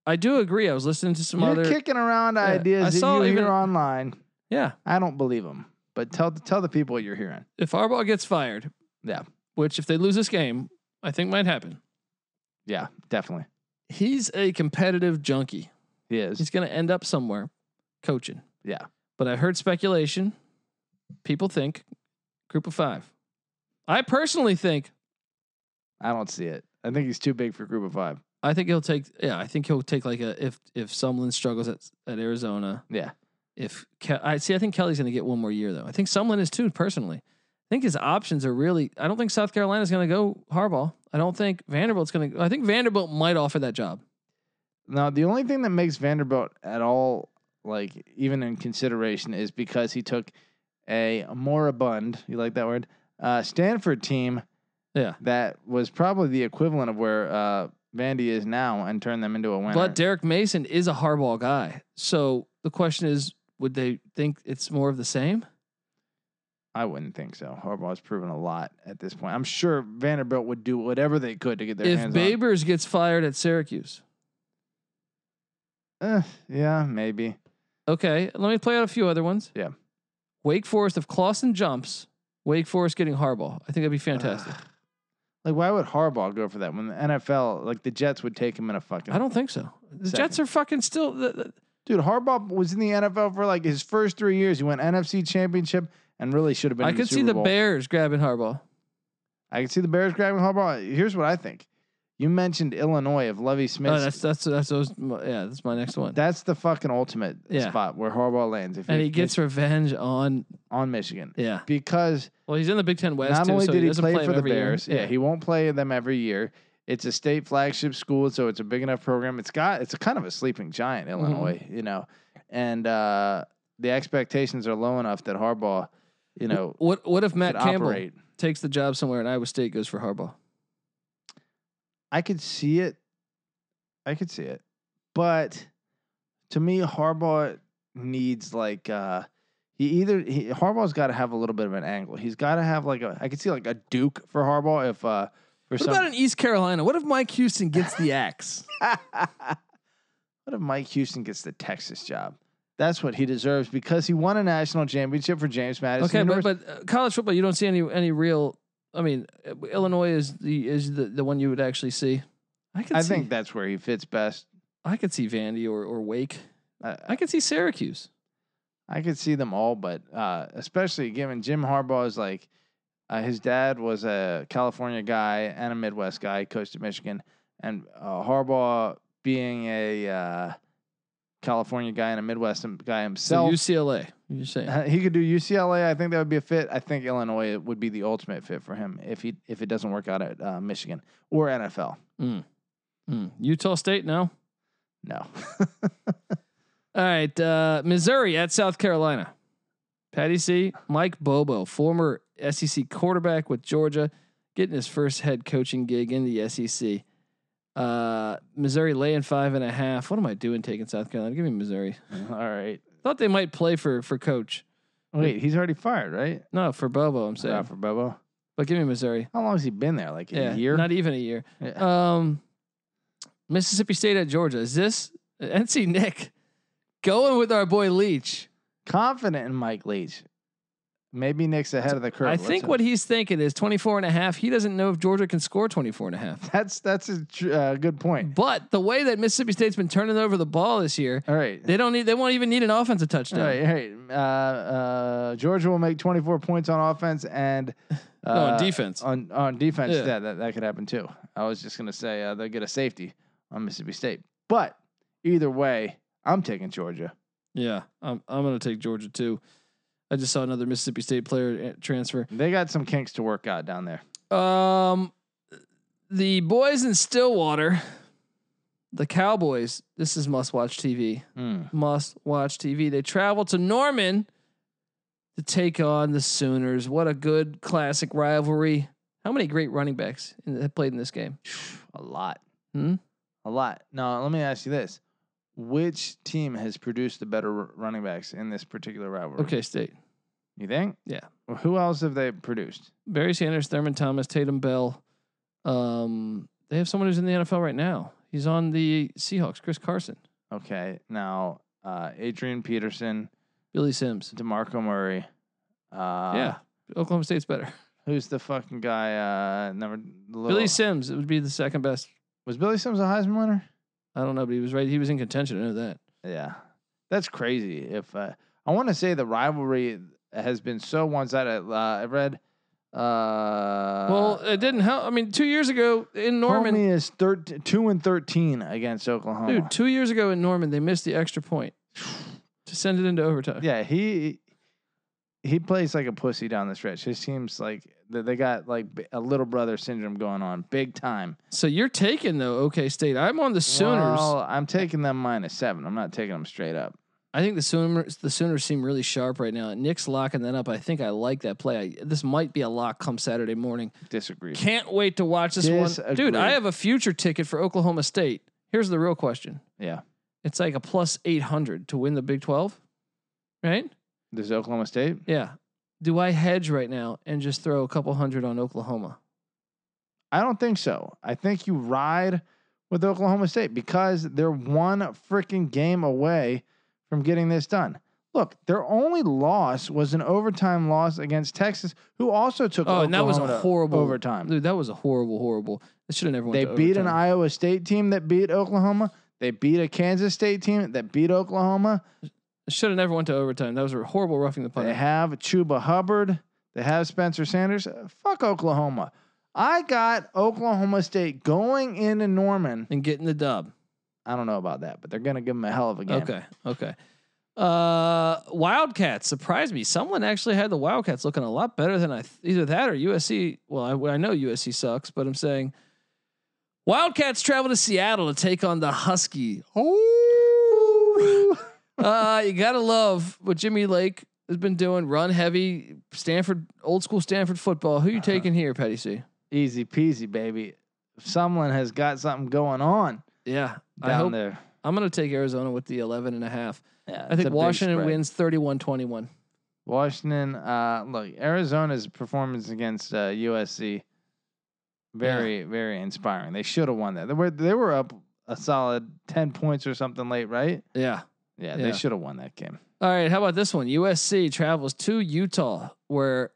I do agree. I was listening to some
You're
other.
kicking around
Yeah,
ideas
I
that
saw
you
even-
hear online.
yeah,
I don't believe them. But tell tell the people what you're hearing.
if Harbaugh gets fired,
Yeah.
which if they lose this game, I think might happen.
Yeah, definitely.
He's a competitive junkie.
He is.
He's going to end up somewhere coaching.
Yeah.
But I heard speculation. People think group of five. I personally think
I don't see it. I think he's too big for group of five.
I think he'll take yeah, I think he'll take like a if if Sumlin struggles at at Arizona.
Yeah.
If Ke- I see I think Kelly's going to get one more year though. I think Sumlin is too personally. I think his options are really I don't think South Carolina's going to go Harbaugh. I don't think Vanderbilt's going to I think Vanderbilt might offer that job.
Now, the only thing that makes Vanderbilt at all, like, even in consideration, is because he took a moribund, you like that word, uh, Stanford team
Yeah.
that was probably the equivalent of where uh, Vandy is now and turned them into a winner.
But Derek Mason is a hardball guy. So the question is, would they think it's more of the same?
I wouldn't think so. Harbaugh's proven a lot at this point. I'm sure Vanderbilt would do whatever they could to get their
if
hands
Babers gets fired at Syracuse.
on. Eh, yeah, maybe.
Okay, let me play out a few other ones.
Yeah.
Wake Forest, if Clausen jumps, Wake Forest getting Harbaugh. I think that'd be fantastic.
Ugh. like, why would Harbaugh go for that when the NFL, like, the Jets would take him in a fucking.
I don't think so. The
Ah, Second.
Jets are fucking still. The, the-
Dude, Harbaugh was in the NFL for like his first three years. He went NFC Championship and really should have been.
I
in
could
the
see
Super
the
Bowl.
Bears grabbing Harbaugh. Oh,
I could see the Bears grabbing Harbaugh. Here's what I think: You mentioned Illinois of Lovey Smith.
Oh, that's that's that's, those- yeah. That's my next one.
that's the fucking ultimate
Yeah.
spot where Harbaugh lands if
and he gets revenge on
on Michigan
yeah.
because
Well, he's in the Big Ten West.
not
too,
only
so
did he,
doesn't
play,
him
for the
every year.
Bears, yeah, he won't play them every year. It's a state flagship school, so it's a big enough program. It's got it's a kind of a sleeping giant,
Mm-hmm.
Illinois, you know, and uh, the expectations are low enough that Harbaugh, you know,
What what if Matt
could
Campbell
operate.
takes the job somewhere and Iowa State goes for Harbaugh?
I could see it, I could see it, but to me, Harbaugh needs like uh, he either he, Harbaugh's got to have a little bit of an angle. He's got to have like a I could see like a Duke for Harbaugh if uh, for
What
some
about in East Carolina? What if Mike Houston gets the axe?
what if Mike Houston gets the Texas job? That's what he deserves because he won a national championship for James Madison.
okay, but,
University.
but uh, college football, you don't see any any real. I mean, uh, Illinois is the is the, the one you would actually see. I could
I
see,
think that's where he fits best.
I could see Vandy or, or Wake.
I,
I could see Syracuse.
I could see them all, but uh, especially given Jim Harbaugh is like uh, his dad was a California guy and a Midwest guy, coached at Michigan, and uh, Harbaugh being a uh, California guy and a Midwest guy
So
himself.
UCLA, you're saying.
Uh, He could do UCLA. I think that would be a fit. I think Illinois would be the ultimate fit for him if he if it doesn't work out at uh, Michigan or NFL.
Mm. Utah State, no.
No,
All right, uh, Missouri at South Carolina. Patty C, Mike Bobo, former SEC quarterback with Georgia, getting his first head coaching gig in the SEC. Uh, Missouri laying five and a half. What am I doing taking South Carolina? Give me Missouri.
all right.
Thought they might play for for coach.
Wait, he's already fired, right?
No, for Bobo. I'm saying,
Not for Bobo.
but give me Missouri.
How long has he been there? Like
Yeah,
a year.
not even a year.
Yeah.
Um, Mississippi State at Georgia. Is this NC Nick going with our boy Leach?
Confident in Mike Leach. Maybe Nick's ahead of the curve.
I
Let's
think
hope.
what he's thinking is 24 and a half. He doesn't know if Georgia can score 24 and a half.
that's that's a tr- uh, good point.
But the way that Mississippi State's been turning over the ball this year,
All right.
they don't need they won't even need an offensive touchdown.
All right, all right. Uh, uh, Georgia will make 24 points on offense and uh,
No, on defense.
on on defense,
Yeah.
yeah, that, that could happen too. I was just gonna say uh, they'll get a safety on Mississippi State, but either way, I'm taking Georgia.
Yeah. I'm I'm going to take Georgia too. I just saw another Mississippi State player uh, transfer.
They got some kinks to work out down there.
Um, the boys in Stillwater, the Cowboys. This is must watch TV.
Hmm.
Must watch TV. They travel to Norman to take on the Sooners. What a good classic rivalry. How many great running backs in- that played in this game?
A lot,
Hmm?
a lot. Now let me ask you this: Which team has produced the better r- running backs in this particular rivalry?
Okay, State.
you think?
Yeah.
Well, who else have they produced?
Barry Sanders, Thurman Thomas, Tatum Bell. Um, they have someone who's in the NFL right now. He's on the Seahawks, Chris Carson,
Okay, now uh, Adrian Peterson,
Billy Sims.
Demarco Murray. Uh,
yeah, Oklahoma State's better.
Who's the fucking guy? Uh, number the
Billy
little-
Sims, it would be the second best
Was Billy Sims a Heisman winner?
I don't know, but he was right. He was in contention. I know that.
Yeah, that's crazy. If uh, I want to say the rivalry has been so one-sided, uh, I read. Uh,
well, it didn't help. I mean, two years ago in Norman,
Homie is thir- two and thirteen against Oklahoma.
dude, two years ago in Norman, they missed the extra point to send it into overtime.
Yeah, he he plays like a pussy down the stretch. His team's like they- they got like b- a little brother syndrome going on, big time.
So you're taking though, OK State. I'm on the Sooners.
Well, I'm taking them minus seven. I'm not taking them straight up.
I think the Sooners, the Sooners seem really sharp right now. Nick's locking that up. I think I like that play. I, this might be a lock come Saturday morning.
Disagree.
Can't wait to watch this one, dude.
Disagree.
I have a future ticket for Oklahoma State. Here's the real question:
Yeah,
It's like a plus eight hundred to win the Big Twelve, right?
there's Oklahoma State.
Yeah. Do I hedge right now and just throw a couple hundred on Oklahoma?
I don't think so. I think you ride with Oklahoma State because they're one freaking game away from getting this done. Look, their only loss was an overtime loss against Texas, who also took
Oh, and that was a
Oklahoma to
horrible-
overtime.
Dude, that was a horrible, horrible. That should have never went.
They
to
beat an
overtime.
Iowa State team that beat Oklahoma. They beat a Kansas State team that beat Oklahoma.
It should have never went to overtime. That was a horrible roughing the
They
punter.
have Chuba Hubbard. They have Spencer Sanders. Uh, Fuck Oklahoma. I got Oklahoma State going into Norman.
and getting the dub.
I don't know about that, but they're going to give them a hell of a game.
Okay, okay. Uh, Wildcats surprised me. Someone actually had the Wildcats looking a lot better than I th- either that or USC. Well, I, I know USC sucks, but I'm saying Wildcats travel to Seattle to take on the Husky.
Oh.
uh, you gotta love what Jimmy Lake has been doing. Run heavy, Stanford, old school Stanford football. Who you
Uh-huh.
taking here, Petty C?
Easy peasy, baby. Sumlin has got something going on
Yeah, I
down
hope
there.
I'm gonna take Arizona with the 11 and a half.
Yeah,
I
it's a
think
big
Washington
spread.
wins 31-21.
Washington, uh, look, Arizona's performance against uh, USC, very, very inspiring. They should have won that. They were they were up a solid ten points or something late, right?
Yeah.
Yeah,
Yeah.
they should have won that game.
All right, how about this one? USC travels to Utah, where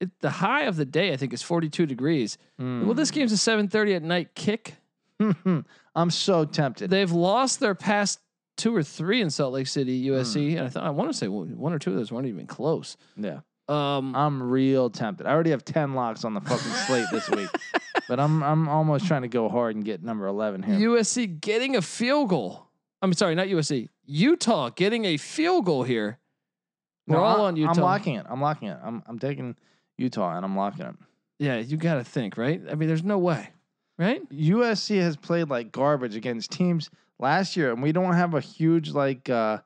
it, the high of the day I think is 42 degrees. Well, this game's a 7:30 at night kick.
Hmm. I'm so tempted.
They've lost their past two or three in Salt Lake City, USC,
Hmm.
and I thought I want to say one one or two of those weren't even close.
yeah,
Um,
I'm real tempted. I already have ten locks on the fucking slate this week, but I'm I'm almost trying to go hard and get number eleven here.
USC getting a field goal. I'm sorry, not USC. Utah getting a field goal here. We're
No,
all
I-
on Utah.
I'm locking it. I'm locking it. I'm I'm taking Utah and I'm locking it.
Yeah, you got to think, right? I mean, there's no way, right?
USC has played like garbage against teams last year, and we don't have a huge like uh,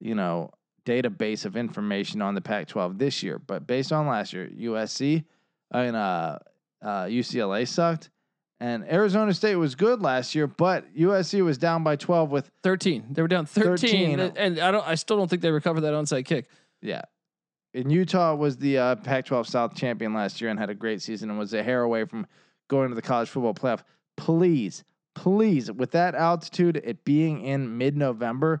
you know database of information on the Pac-12 this year. But based on last year, USC and uh, uh, UCLA sucked, and Arizona State was good last year, but USC was down by 12 with
13. They were down 13,
13.
and I don't. I still don't think they recovered that onside kick.
yeah. And Utah was the uh, Pac-12 South champion last year and had a great season and was a hair away from going to the college football playoff. Please, please, with that altitude, it being in mid-November,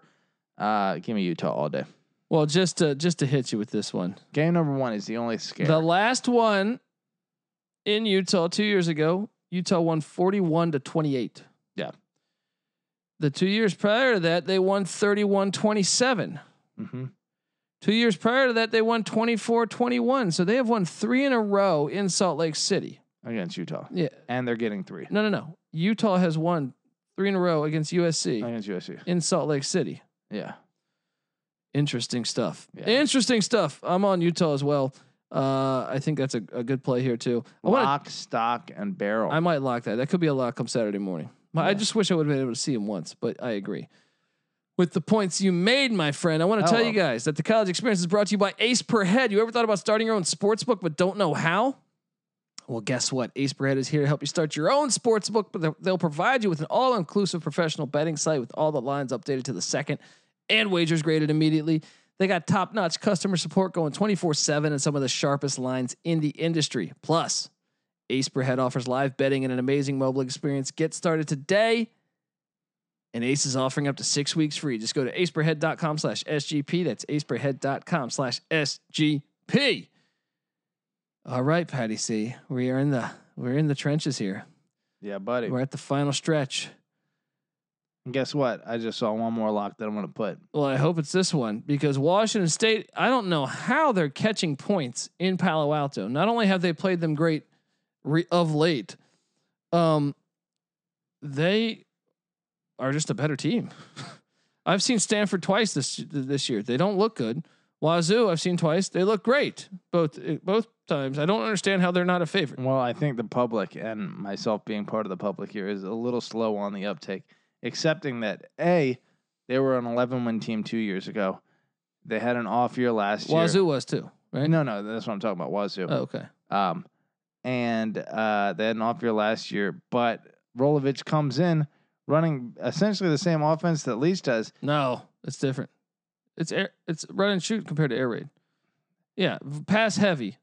uh, give me Utah all day.
Well, just to just to hit you with this one.
Game number one is the only scare.
The last one in Utah two years ago, Utah won 41 to 28.
Yeah.
The two years prior to that, they won 31 27.
hmm
Two years prior to that, they won 24 21. So they have won three in a row in Salt Lake City.
against Utah,
Yeah.
and they're getting three
No, no, no. Utah has won three in a row against USC
against USC.
in Salt Lake City.
Yeah,
Interesting stuff.
Yeah.
Interesting stuff. I'm on Utah as well. Uh, I think that's a, a good play here, too. I wanna-
lock, stock, and barrel.
I might lock that. That could be a lock come Saturday morning. My, I
Yeah.
just wish I would have been able to see him once, but I agree. With the points you made, my friend, I want to
Oh,
tell you
well.
guys that the college experience is brought to you by Ace Per Head. You ever thought about starting your own sports book but don't know how? Well, guess what? Ace Per Head is here to help you start your own sports book, but they'll- they'll provide you with an all inclusive professional betting site with all the lines updated to the second and wagers graded immediately. They got top notch customer support going 24 7 and some of the sharpest lines in the industry. Plus, Ace Per Head offers live betting and an amazing mobile experience. Get started today. And Ace is offering up to six weeks free. Just go to aceperhead.com slash SGP. That's aceperhead.com slash SGP. All right, Patty C. We are in the we're in the trenches here.
yeah, buddy.
We're at the final stretch.
And guess what? I just saw one more lock that I'm going to put.
Well, I hope it's this one because Washington State, I don't know how they're catching points in Palo Alto. Not only have they played them great re- of late, um, they are just a better team. I've seen Stanford twice this this year. They don't look good. Wazoo, I've seen twice. They look great both both times. I don't understand how they're not a favorite.
Well, I think the public and myself being part of the public here is a little slow on the uptake, accepting that A, they were an 11 win team two years ago. They had an off year last
Wazoo was too, right?
year. No, no, that's what I'm talking about. Wazoo.
Oh, okay.
Um, and uh, they had an off year last year, but Rolovich comes in running essentially the same offense that Leach does.
No, it's different. It's air, it's run and shoot compared to air raid. Yeah, v- pass heavy,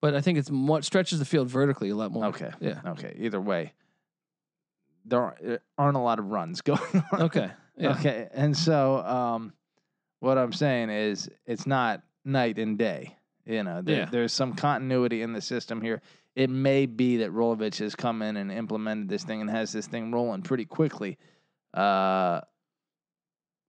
but I think it's much stretches the field vertically a lot more.
Okay.
Yeah.
Okay. Either way, there aren't- there aren't a lot of runs going on.
Okay. Yeah.
Okay. And so um what I'm saying is it's not night and day. You know, there,
Yeah.
there's some continuity in the system here. It may be that Rolovich has come in and implemented this thing and has this thing rolling pretty quickly. Uh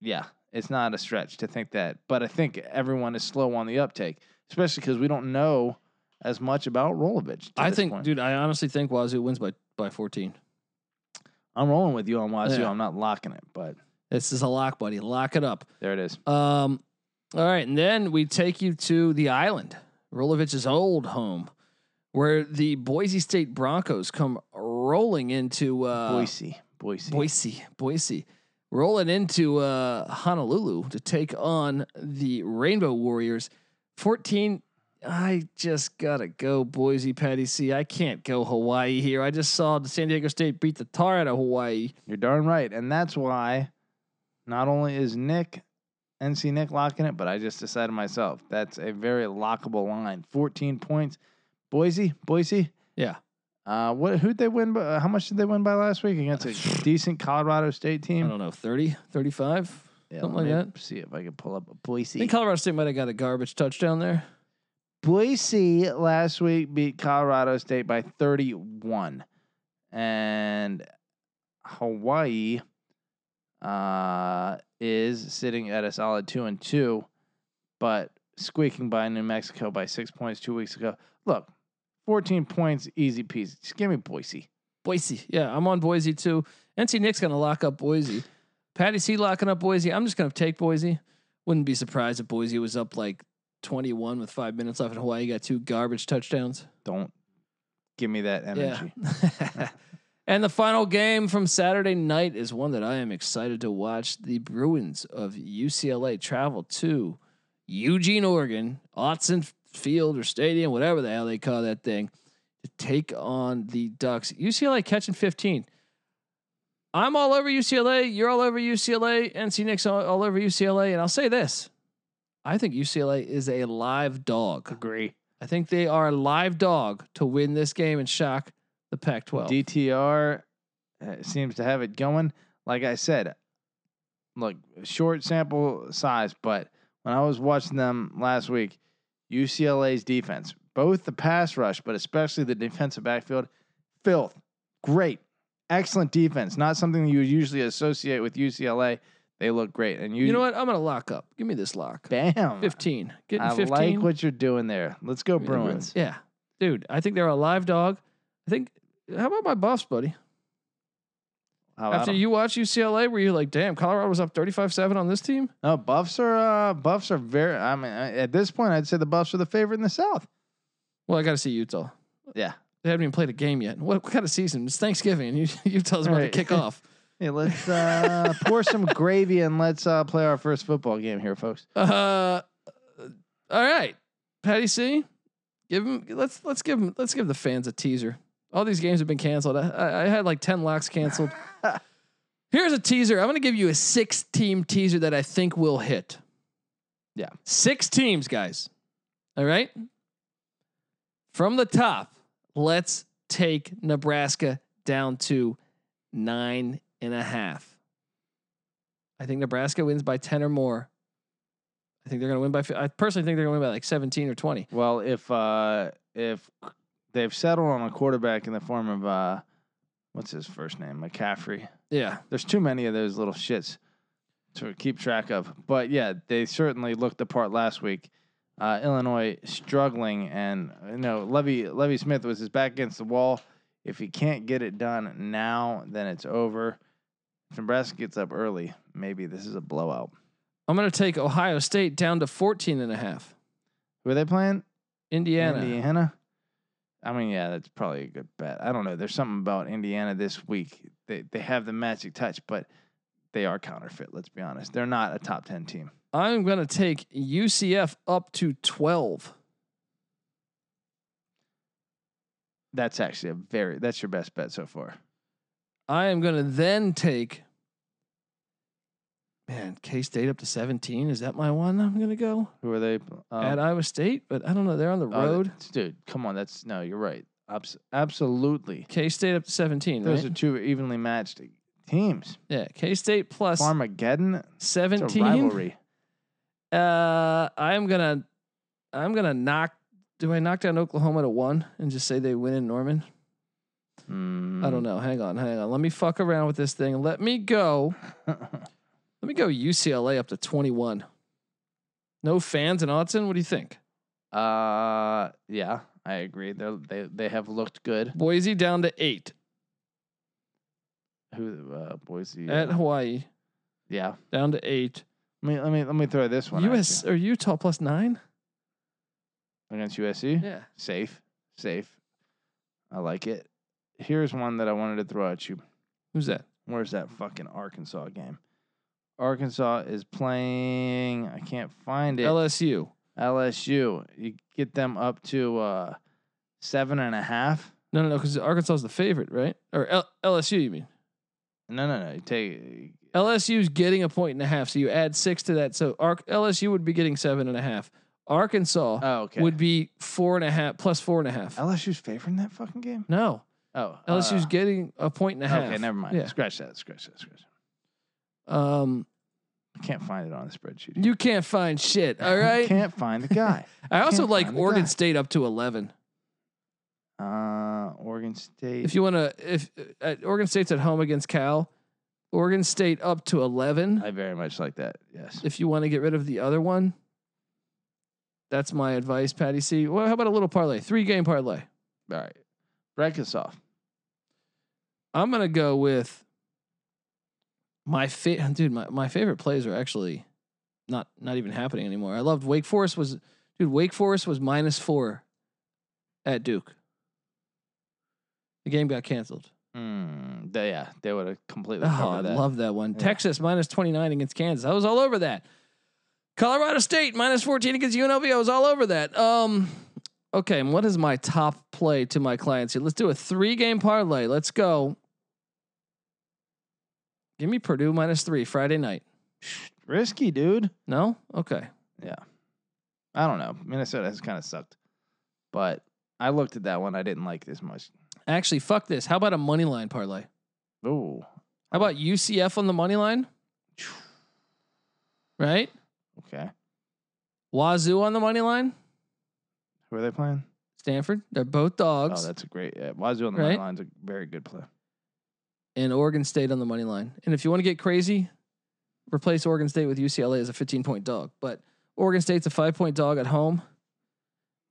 yeah, it's not a stretch to think that. But I think everyone is slow on the uptake, especially because we don't know as much about Rolovich. to
I
this
think,
point.
dude, I honestly think Wazoo wins by, by 14.
I'm rolling with you on Wazoo.
Yeah.
I'm not locking it, but
This is a lock, buddy. Lock it up.
there it is.
Um, all right, and then we take you to the island, Rolovich's old home, where the Boise State Broncos come rolling into uh,
Boise, Boise.
Boise, Boise, rolling into uh, Honolulu to take on the Rainbow Warriors. 14. I just gotta go, Boise, Patty C. I can't go Hawaii here. I just saw the San Diego State beat the tar out of Hawaii.
You're darn right, and that's why not only is Nick NC Nick locking it, but I just decided myself that's a very lockable line. 14 points, Boise, Boise.
Yeah.
Uh, what? Who'd they win? By, uh, how much did they win by last week against a decent Colorado State
I
team?
don't know, 30, 35?
Yeah,
something
let
like
me See if I can pull up a
I
Boise.
think Colorado State might have got a garbage touchdown there.
Boise last week beat Colorado State by 31. And Hawaii uh, is sitting at a solid 2 and 2, but squeaking by New Mexico by six points two weeks ago. Look, 14 points, easy peasy. Just give me Boise.
Boise. Yeah, I'm on Boise too. NC Nick's gonna lock up Boise. Patty C locking up Boise. I'm just gonna take Boise. Wouldn't be surprised if Boise was up like 21 with five minutes left in Hawaii. Got two garbage touchdowns.
Don't give me that energy.
Yeah. and the final game from Saturday night is one that I am excited to watch. The Bruins of UCLA travel to Eugene, Oregon, Autzen Field or Stadium, whatever the hell they call that thing, to take on the Ducks. UCLA catching 15. I'm all over UCLA. You're all over UCLA. NC Nick's all, all over UCLA. And I'll say this I think UCLA is a live dog.
Agree.
I think they are a live dog to win this game and shock the Pac 12.
DTR uh, seems to have it going. Like I said, look, short sample size, but when I was watching them last week, UCLA's defense, both the pass rush, but especially the defensive backfield, filth. Great. Excellent defense. Not something you would usually associate with UCLA. They look great. And you,
you know what? I'm going to lock up. Give me this lock.
Bam.
15. Getting
I
15.
like what you're doing there. Let's go,
Give me the
Bruins.
Yeah. Dude, I think they're a live dog. I think, how about my buffs, buddy?
How about
After
'em?
you watch UCLA, were you like, damn, Colorado was up 35 7 on this team?
No, Buffs are uh, Buffs are very. I mean, I- at this point, I'd say the Buffs are the favorite in the South.
Well, I got to see Utah.
Yeah.
They haven't even played a game yet. What, what kind of season? It's Thanksgiving. and Utah's about
Right.
to kick off.
Hey, let's uh, pour some gravy and let's uh, play our first football game here, folks.
Uh, all right, Patty C. Give him. Let's let's give him. Let's give the fans a teaser. All these games have been canceled. I- I, I had like ten locks canceled. Here's a teaser. I'm going to give you a six team teaser that I think will hit.
Yeah.
six teams, guys. All right. From the top, let's take Nebraska down to nine and a half. I think Nebraska wins by ten or more. I think they're going to win by. fi- I personally think they're going to win by like seventeen or twenty.
Well, if uh, if they've settled on a quarterback in the form of uh, what's his first name, McCaffrey.
Yeah,
There's too many of those little shits to keep track of. But yeah, they certainly looked the part last week. Uh, Illinois struggling, and you know Levy Levy Smith was his back against the wall. If he can't get it done now, then it's over. If Nebraska gets up early, maybe this is a blowout.
I'm going to take Ohio State down to 14 and a half.
Who are they playing?
Indiana.
Indiana. I mean, yeah, that's probably a good bet. I don't know. There's something about Indiana this week. They they have the magic touch, but they are counterfeit. Let's be honest. They're not a top ten team.
I'm going to take UCF up to 12.
That's actually a very that's your best bet so far.
I am going to then take. Man, K State up to 17. Is that my one? I'm going to go
Who are they? Um,
at Iowa State, but I don't know. They're on the
oh,
road.
that's- dude. Come on, that's no. You're right. Abs- absolutely.
K State up to 17.
Those
right?
are two evenly matched teams.
yeah, K State plus
Farmageddon. It's a
17.
rivalry.
Uh, I'm gonna, I'm gonna knock. Do I knock down Oklahoma to one and just say they win in Norman? I
Hmm. Mm,
don't know. Hang on, hang on. Let me fuck around with this thing. Let me go.
know.
Let me go UCLA up to 21. No fans in Autzen. What do you think?
uh, yeah. I agree. They're, they they have looked good.
Boise down to eight
Who uh, Boise?
at
uh,
Hawaii,
yeah.
down to eight.
Let me let me let me throw this one. at
US or Utah plus nine?
you. against USC.
Yeah.
Safe, safe. I like it. Here's one that I wanted to throw at you.
Who's that?
Where's that fucking Arkansas game? Arkansas is playing. I can't find it.
LSU.
LSU. You get them up to uh, seven and a half.
No, no, no, because Arkansas is the favorite, right? Or L- LSU, you mean?
No, no, no. You take
LSU's getting a point and a half, so you add six to that. So Arc- LSU would be getting seven and a half. Arkansas
Oh, okay.
would be four and a half plus four and a half.
LSU's favoring that fucking game?
no,
Oh,
LSU's
uh,
getting a point and a half.
Okay, never mind.
Yeah.
Scratch that. Scratch that. Scratch. That.
Um,
I can't find it on the spreadsheet.
you can't find shit. All
I
right.
can't find the guy.
I also
can't
like
find the
Oregon
guy.
State up to eleven.
uh, Oregon State.
If you want to, if uh, Oregon State's at home against Cal, Oregon State up to eleven.
I very much like that. Yes.
if you want to get rid of the other one, that's my advice, Patty C. Well, how about a little parlay, three game parlay?
All right. Brackensoff.
I'm gonna go with my fa- dude. My, my favorite plays are actually not not even happening anymore. I loved Wake Forest was dude. Wake Forest was minus four at Duke. The game got canceled.
Mm, they, yeah, they would have completely
Oh, I
covered that.
love that one.
Yeah.
Texas minus 29 against Kansas. I was all over that. Colorado State minus 14 against UNLV. I was all over that. Um, okay, and what is my top play to my clients here? Let's do a three game parlay. Let's go. Give me Purdue minus three Friday night.
Risky, dude.
No? Okay.
I don't know. Minnesota has kind of sucked, but I looked at that one. I didn't like this much.
Actually, fuck this. How about a money line parlay?
Ooh,
How about UCF on the money line? Right?
okay.
Wazoo on the money line?
Who are they playing?
Stanford. They're both dogs.
Oh, that's a great. Yeah, Wazoo on the
Right?
right? line's a very good play.
and Oregon State on the money line. And if you want to get crazy, replace Oregon State with UCLA as a 15 point dog. But Oregon State's a five point dog at home.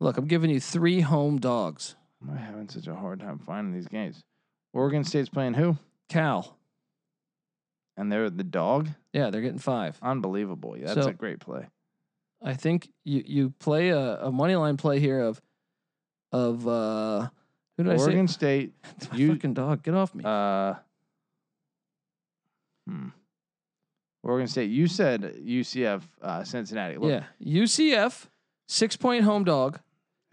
Look, I'm giving you three home dogs.
Am I having such a hard time finding these games? Oregon State's playing who?
Cal.
And they're the dog.
Yeah, they're getting five.
Unbelievable. Yeah, that's
So-
a great play.
I think you you play a, a money line play here of of uh who did
Oregon State.
I say? It's my
you-
fucking dog. Get off me.
Uh, hmm. Oregon State. You said UCF, uh, Cincinnati. Look,
yeah. UCF, six point home dog.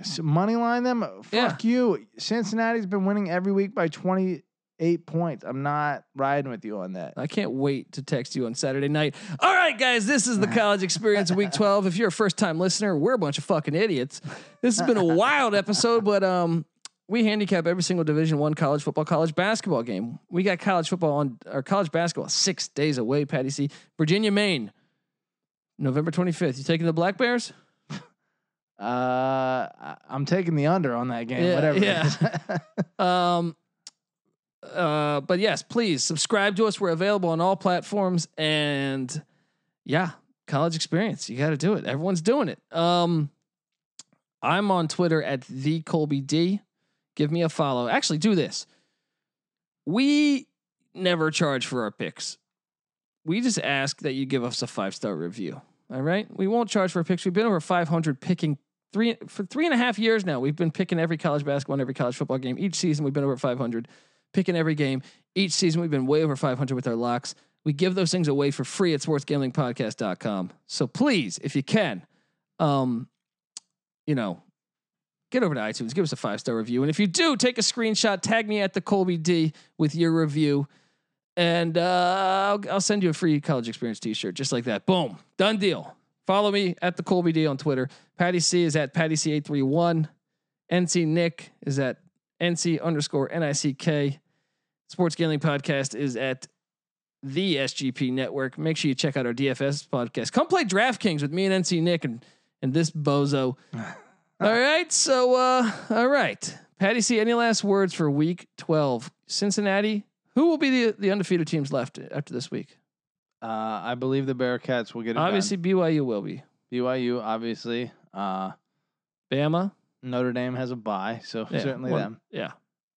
S- Money line them. Uh,
Yeah.
Fuck you. Cincinnati's been winning every week by 28 points. I'm not riding with you on that.
I can't wait to text you on Saturday night. All right, guys, this is the college experience week 12. If you're a first time listener, we're a bunch of fucking idiots. This has been a wild episode, but um, we handicap every single Division One college football, college basketball game. We got college football on or college basketball six days away. Patty C, Virginia, Maine, November 25th. You taking the Black Bears?
Uh, I- I'm taking the under on that game,
Yeah,
whatever. it is. Uh,
Um, uh, but yes, please subscribe to us. We're available on all platforms. And yeah, college experience. You got to do it. Everyone's doing it. Um, I'm on Twitter at the Colby D. Give me a follow. Actually, do this. We never charge for our picks. We just ask that you give us a five star review. All right. We won't charge for our picks. We've been over 500 picking three for three and a half years now. We've been picking every college basketball and every college football game each season. We've been over 500, picking every game each season. We've been way over 500 with our locks. We give those things away for free at sportsgamblingpodcast.com. So please, if you can, um, you know, get over to iTunes, give us a five star review, and if you do, take a screenshot, tag me at the Colby D with your review. And uh, I'll, I'll send you a free college experience T-shirt, just like that. Boom, done deal. Follow me at the Colby D on Twitter. Patty C is at Patty C eight three one. NC Nick is at NC underscore N I C K. Sports Gambling Podcast is at the SGP Network. Make sure you check out our DFS podcast. Come play DraftKings with me and NC Nick and and this bozo. all right, so uh, all right, Patty C. Any last words for Week Twelve? Cincinnati. Who will be the the undefeated teams left after this week?
uh, I believe the Bearcats will get it. done.
Obviously, BYU will be.
BYU, obviously. Uh,
Bama.
Notre Dame has a bye, so
Yeah,
certainly
one-
them.
Yeah.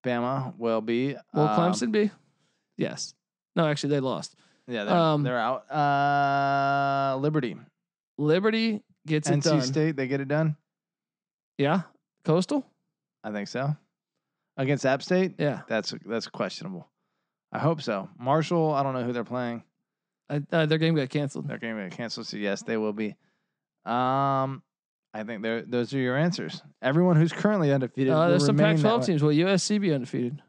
Bama will be.
Will
um,
Clemson be? Yes. No, actually, they lost.
Yeah, they're,
um,
they're out. Uh, Liberty,
Liberty gets it
NC
done.
State, they get it done.
Yeah. Coastal.
I think so. Against App State,
Yeah.
that's that's questionable. I hope so. Marshall, I don't know who they're playing.
I, uh, their game got canceled.
They're going to get canceled. So yes, they will be. Um, I think they're, those are your answers. Everyone who's currently undefeated.
Uh,
will
there's some
remain that
Pac-12
way.
teams. Will USC be undefeated?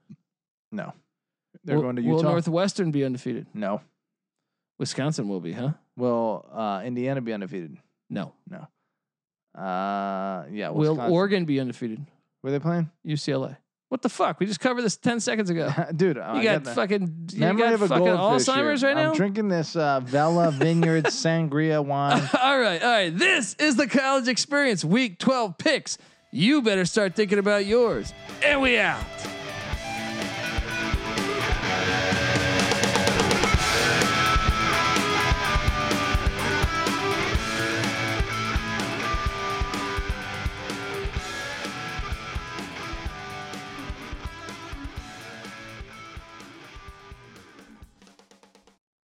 No, they're
will,
going to
Will
Utah.
Northwestern be undefeated?
no,
Wisconsin will be, huh?
will uh, Indiana be undefeated?
No.
Uh, yeah. Wisconsin.
Will Oregon be undefeated?
Were they playing?
UCLA. What the fuck? We just covered this ten seconds ago.
Dude, I
You got
got the
fucking you
memory
got
of a
fucking
goldfish
Alzheimer's
here.
right
I'm
now.
drinking this uh, Vela Vineyard Sangria wine.
all right, all right. This is the college experience, week 12 picks. You better start thinking about yours. And we out.